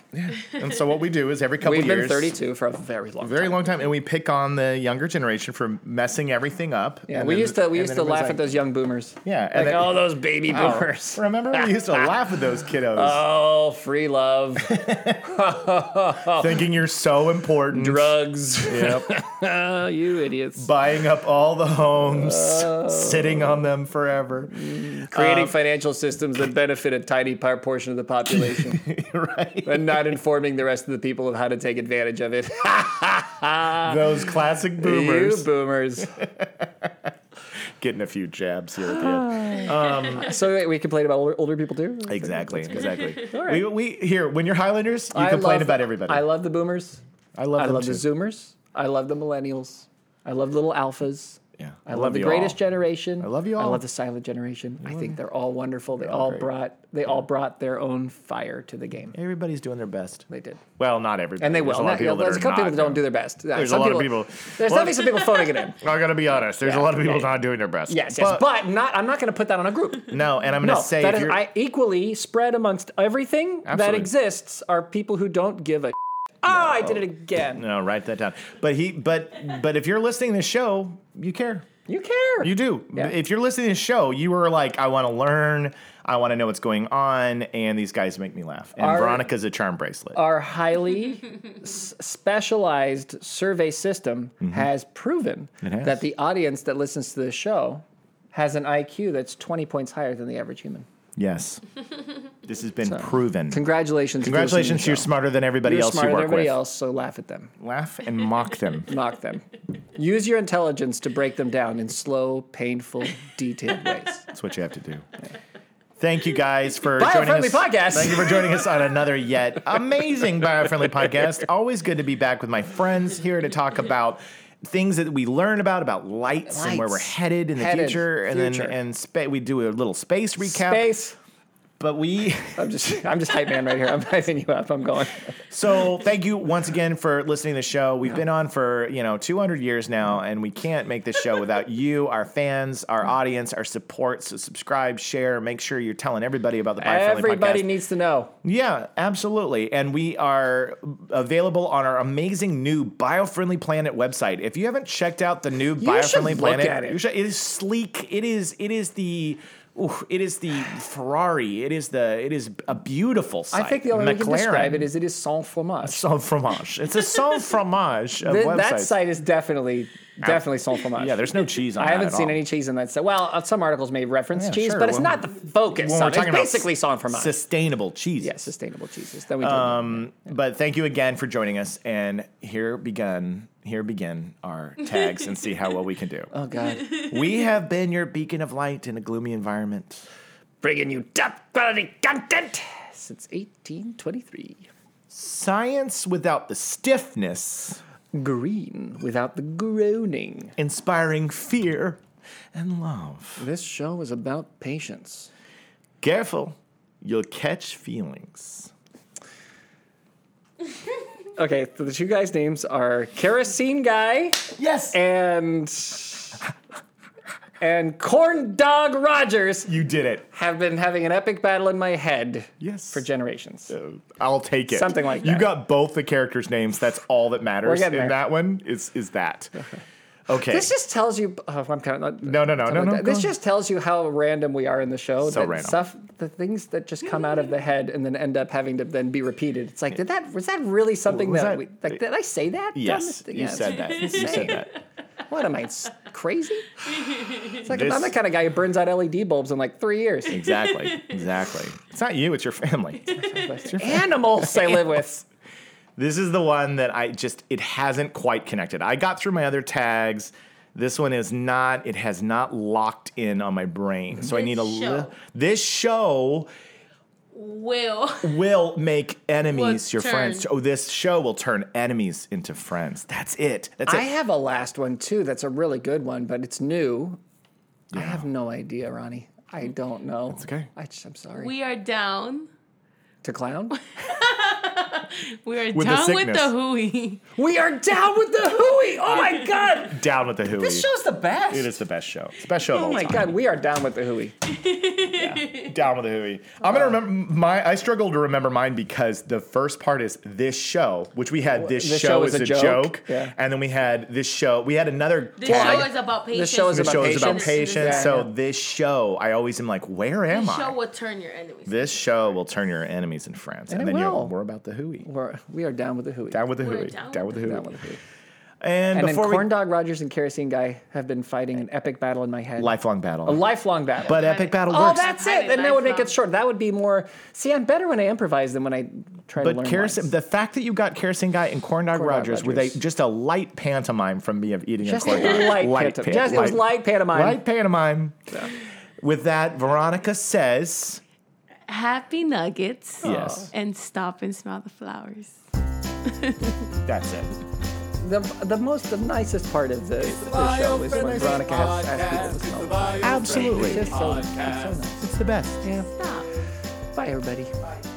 Speaker 3: and so what we do is every couple
Speaker 2: We've
Speaker 3: years.
Speaker 2: been 32 for a very long
Speaker 3: Very
Speaker 2: time.
Speaker 3: long time, and we pick on the younger generation for messing everything up.
Speaker 2: Yeah,
Speaker 3: and
Speaker 2: we
Speaker 3: then-
Speaker 2: used to we
Speaker 3: and
Speaker 2: used to
Speaker 3: then
Speaker 2: laugh
Speaker 3: everybody's
Speaker 2: at those young boomers.
Speaker 3: Yeah,
Speaker 2: like
Speaker 3: and then-
Speaker 2: oh those baby
Speaker 3: like,
Speaker 2: boomers.
Speaker 3: "Oh, Remember, we used to laugh at those kiddos,
Speaker 2: Oh, free love,
Speaker 3: thinking you're so important.
Speaker 2: Oh. drugs.
Speaker 3: Yep.
Speaker 2: Oh, you idiots.
Speaker 3: buying up all the homes,
Speaker 2: Oh.
Speaker 3: sitting on them forever. Um,
Speaker 2: Creating financial systems that benefit a tiny par- portion of the population.
Speaker 3: right?
Speaker 2: and not informing the rest of the people of how to take advantage of it.
Speaker 3: Those classic
Speaker 2: you
Speaker 3: boomers
Speaker 2: boomers.
Speaker 3: getting a few jabs here at the
Speaker 2: Ah.
Speaker 3: end.
Speaker 2: so wait, we complain about older, older people too?
Speaker 3: Exactly, exactly.
Speaker 2: All right.
Speaker 3: We, we here when you're Highlanders, you
Speaker 2: I
Speaker 3: complain
Speaker 2: love-
Speaker 3: about everybody.
Speaker 2: I love the boomers.
Speaker 3: I love
Speaker 2: I
Speaker 3: them
Speaker 2: love
Speaker 3: too.
Speaker 2: the Zoomers. I love the Millennials. I love little alphas.
Speaker 3: Yeah,
Speaker 2: I, love, the
Speaker 3: you
Speaker 2: greatest
Speaker 3: all.
Speaker 2: generation. I
Speaker 3: love you
Speaker 2: I
Speaker 3: all.
Speaker 2: love the silent generation. I think they're all wonderful. They
Speaker 3: all
Speaker 2: all,
Speaker 3: great.
Speaker 2: brought they all brought their own fire to the game.
Speaker 3: Everybody's doing their best.
Speaker 2: They did.
Speaker 3: Well, not everybody.
Speaker 2: And they will.
Speaker 3: There's a lot of
Speaker 2: Not-
Speaker 3: people that
Speaker 2: there's
Speaker 3: are
Speaker 2: a couple
Speaker 3: not,
Speaker 2: people that don't
Speaker 3: though.
Speaker 2: do their best. Uh,
Speaker 3: There's
Speaker 2: Some
Speaker 3: a lot of people-
Speaker 2: There's
Speaker 3: Well-
Speaker 2: definitely some people phoning it in.
Speaker 3: I gotta be honest. There's a lot of people
Speaker 2: yeah.
Speaker 3: not doing their best.
Speaker 2: Yes, yes. But, not I'm not going to put that on a group.
Speaker 3: no, and I'm gonna
Speaker 2: No,
Speaker 3: say
Speaker 2: that
Speaker 3: if
Speaker 2: is,
Speaker 3: you're-
Speaker 2: I equally spread amongst everything that
Speaker 3: Absolutely.
Speaker 2: exists are people who don't give a. Oh, I did it again.
Speaker 3: no, write that down. But he, but but if you're listening to the show, you care.
Speaker 2: You care.
Speaker 3: You do.
Speaker 2: Yeah.
Speaker 3: If you're listening to the show, you are like, I want to learn. I want to know what's going on, and these guys make me laugh. And
Speaker 2: Our-
Speaker 3: Veronica's a charm bracelet.
Speaker 2: our highly s- specialized survey system has proven
Speaker 3: Mm-hmm. has.
Speaker 2: that the audience that listens to this show has an IQ that's 20 points higher than the average human.
Speaker 3: yes, this has been proven.
Speaker 2: Congratulations. if you're listening
Speaker 3: Congratulations,
Speaker 2: to
Speaker 3: you're
Speaker 2: the show.
Speaker 3: smarter than everybody
Speaker 2: You're
Speaker 3: else you
Speaker 2: smarter than
Speaker 3: work
Speaker 2: everybody
Speaker 3: with.
Speaker 2: else, so laugh at them.
Speaker 3: Laugh and mock them.
Speaker 2: Knock them. Use your intelligence to break them down in slow, painful, detailed ways.
Speaker 3: That's what you have to do. Thank you guys for joining
Speaker 2: Bio-friendly
Speaker 3: us.
Speaker 2: podcast.
Speaker 3: Thank you for joining us on another yet amazing biofriendly podcast. Always good to be back with my friends here to talk about things that we learn about about lights, and where we're
Speaker 2: Lights.
Speaker 3: headed in the
Speaker 2: Headed.
Speaker 3: future, and
Speaker 2: Future.
Speaker 3: then and spa- we do a little space recap.
Speaker 2: Space.
Speaker 3: But we
Speaker 2: I'm just, I'm just hype man right here. I'm hyping you up. I'm going.
Speaker 3: so thank you once again for listening to the show. We've been on for you know 200 years now,
Speaker 2: Mm-hmm.
Speaker 3: and we can't make this show without you, our fans, our audience, our support. So subscribe, share, make sure you're telling everybody about the biofriendly
Speaker 2: Everybody
Speaker 3: podcast.
Speaker 2: needs to know.
Speaker 3: Yeah, absolutely. And we are available on our amazing new Biofriendly Planet website. If you haven't checked out the new Biofriendly
Speaker 2: should look
Speaker 3: Planet,
Speaker 2: at it.
Speaker 3: you should- it is sleek. It is it is the oof, it is the Ferrari. It is the it is a beautiful
Speaker 2: I
Speaker 3: site.
Speaker 2: think the only way you can describe
Speaker 3: McLaren.
Speaker 2: it is it is sans fromage.
Speaker 3: sans fromage. It's a sans fromage of
Speaker 2: Th-
Speaker 3: websites.
Speaker 2: that site is definitely definitely sans fromage.
Speaker 3: Yeah, there's no cheese on
Speaker 2: I
Speaker 3: that
Speaker 2: haven't
Speaker 3: at
Speaker 2: seen
Speaker 3: all.
Speaker 2: any cheese in that. So, well, uh, some articles may reference
Speaker 3: Yeah,
Speaker 2: cheese,
Speaker 3: sure,
Speaker 2: but it's
Speaker 3: when
Speaker 2: not the focus.
Speaker 3: when
Speaker 2: on
Speaker 3: we're
Speaker 2: it.
Speaker 3: talking
Speaker 2: it's
Speaker 3: about
Speaker 2: basically sans fromage.
Speaker 3: sustainable cheese.
Speaker 2: yeah, sustainable cheeses. Then we um,
Speaker 3: But thank you again for joining us. And here begun here begin our tags and see how well we can do.
Speaker 2: Oh God,
Speaker 3: we have been your beacon of light in a gloomy environment.
Speaker 2: bringing you top quality content since 1823.
Speaker 3: Science without the stiffness,
Speaker 2: Green without the groaning.
Speaker 3: inspiring fear and love.
Speaker 2: This show is about patience.
Speaker 3: Careful, you'll catch feelings.
Speaker 2: Okay, so the two guys' names are Kerosene Guy
Speaker 3: Yes,
Speaker 2: and and Corn Dog Rogers.
Speaker 3: you did it.
Speaker 2: have been having an epic battle in my head
Speaker 3: Yes.
Speaker 2: for generations.
Speaker 3: Uh, I'll take it.
Speaker 2: Something like
Speaker 3: You
Speaker 2: that.
Speaker 3: got both the characters' names. That's all that matters.
Speaker 2: getting
Speaker 3: in
Speaker 2: there.
Speaker 3: that one is is that. Okay.
Speaker 2: This just tells you. Oh, I'm kind of not,
Speaker 3: no, no, no, no, no.
Speaker 2: This
Speaker 3: go
Speaker 2: just tells you how random we are in the show.
Speaker 3: So
Speaker 2: that
Speaker 3: random.
Speaker 2: Stuff, the things that just come out of the head and then end up having to then be repeated. It's like, did that was that really something
Speaker 3: Was
Speaker 2: that,
Speaker 3: that-
Speaker 2: we, like did I say that?
Speaker 3: on.
Speaker 2: Dumb-
Speaker 3: Yes,
Speaker 2: yeah,
Speaker 3: you said that. You said that.
Speaker 2: What am I s- crazy? It's like
Speaker 3: This-
Speaker 2: I'm the kind of guy who burns out LED bulbs in like three years.
Speaker 3: Exactly. Exactly. It's not you. It's your family.
Speaker 2: Animals I live with.
Speaker 3: This is the one that I just it hasn't quite connected. I got through my other tags. This one is not. It has not locked in on my brain. So I
Speaker 4: This
Speaker 3: need a.
Speaker 4: show.
Speaker 3: Li- this show
Speaker 4: Will.
Speaker 3: will make enemies your
Speaker 4: turn-
Speaker 3: friends. Oh, this show will turn enemies into friends. That's it. That's
Speaker 2: I
Speaker 3: it.
Speaker 2: have a last one too. That's a really good one, but it's new. I have no idea, Ronnie. I don't know. It's
Speaker 3: Hmm. okay.
Speaker 2: I just, I'm sorry.
Speaker 4: We are down.
Speaker 2: to clown.
Speaker 4: We are
Speaker 3: With the
Speaker 4: down with
Speaker 3: sickness.
Speaker 4: the hooey.
Speaker 2: we are down with the hooey. Oh my god,
Speaker 3: Down with the hooey.
Speaker 2: this show's the best.
Speaker 3: It is the best show. It's the best show of
Speaker 2: Oh
Speaker 3: all
Speaker 2: my
Speaker 3: time.
Speaker 2: god, we are down with the hooey.
Speaker 3: Down with the hooey. I'm gonna remember my. I struggle to remember mine because the first part is this show, which we had this,
Speaker 2: This
Speaker 3: show, is a joke,
Speaker 2: Yeah.
Speaker 3: and then we had this show. We had another.
Speaker 4: This
Speaker 3: tag.
Speaker 4: show is about patience.
Speaker 2: This show is
Speaker 3: This show is about
Speaker 2: Patience.
Speaker 3: patience.
Speaker 2: Yeah,
Speaker 3: so
Speaker 2: yeah.
Speaker 3: this show, I always am like, where am
Speaker 4: This
Speaker 3: I?
Speaker 4: show will turn your enemies.
Speaker 3: this show will turn your enemies into friends, and,
Speaker 2: it
Speaker 3: then you're
Speaker 2: will.
Speaker 3: we're about the hooey.
Speaker 2: We're, we are down with the hooey.
Speaker 3: Down with the
Speaker 4: We're
Speaker 3: hooey.
Speaker 4: down
Speaker 3: Down with
Speaker 4: with
Speaker 3: the
Speaker 4: the
Speaker 3: hooey.
Speaker 2: Down with the hooey.
Speaker 3: And,
Speaker 2: And then
Speaker 3: before we,
Speaker 2: Corn Dog Rogers and Kerosene Guy have been fighting an epic battle in my head.
Speaker 3: lifelong battle.
Speaker 2: a lifelong battle.
Speaker 3: but epic battle
Speaker 2: oh,
Speaker 3: works.
Speaker 2: that's
Speaker 4: I
Speaker 2: it.
Speaker 4: did
Speaker 2: Then that would make
Speaker 4: lifelong.
Speaker 2: it short. That would be more. See, I'm better when I improvise than when I try to
Speaker 3: But
Speaker 2: learn.
Speaker 3: kerosene,
Speaker 2: lines.
Speaker 3: the fact that you got kerosene guy and corn dog
Speaker 2: Corn Dog
Speaker 3: Rogers with a
Speaker 2: Rogers.
Speaker 3: just a light pantomime from me of eating
Speaker 2: Just
Speaker 3: a corn dog.
Speaker 2: a light pantom- just- it was light pantomime.
Speaker 3: Light pantomime. With that, Veronica says,
Speaker 4: Happy nuggets.
Speaker 3: Yes.
Speaker 4: And stop and smell the flowers.
Speaker 3: "That's it."
Speaker 2: the the most the nicest part of the, the show is when Veronica has asked people to smell.
Speaker 1: Podcast.
Speaker 2: It's
Speaker 3: Absolutely,
Speaker 2: just so, it's so nice.
Speaker 3: it's the best.
Speaker 4: Stop.
Speaker 2: Bye, everybody.
Speaker 4: Bye.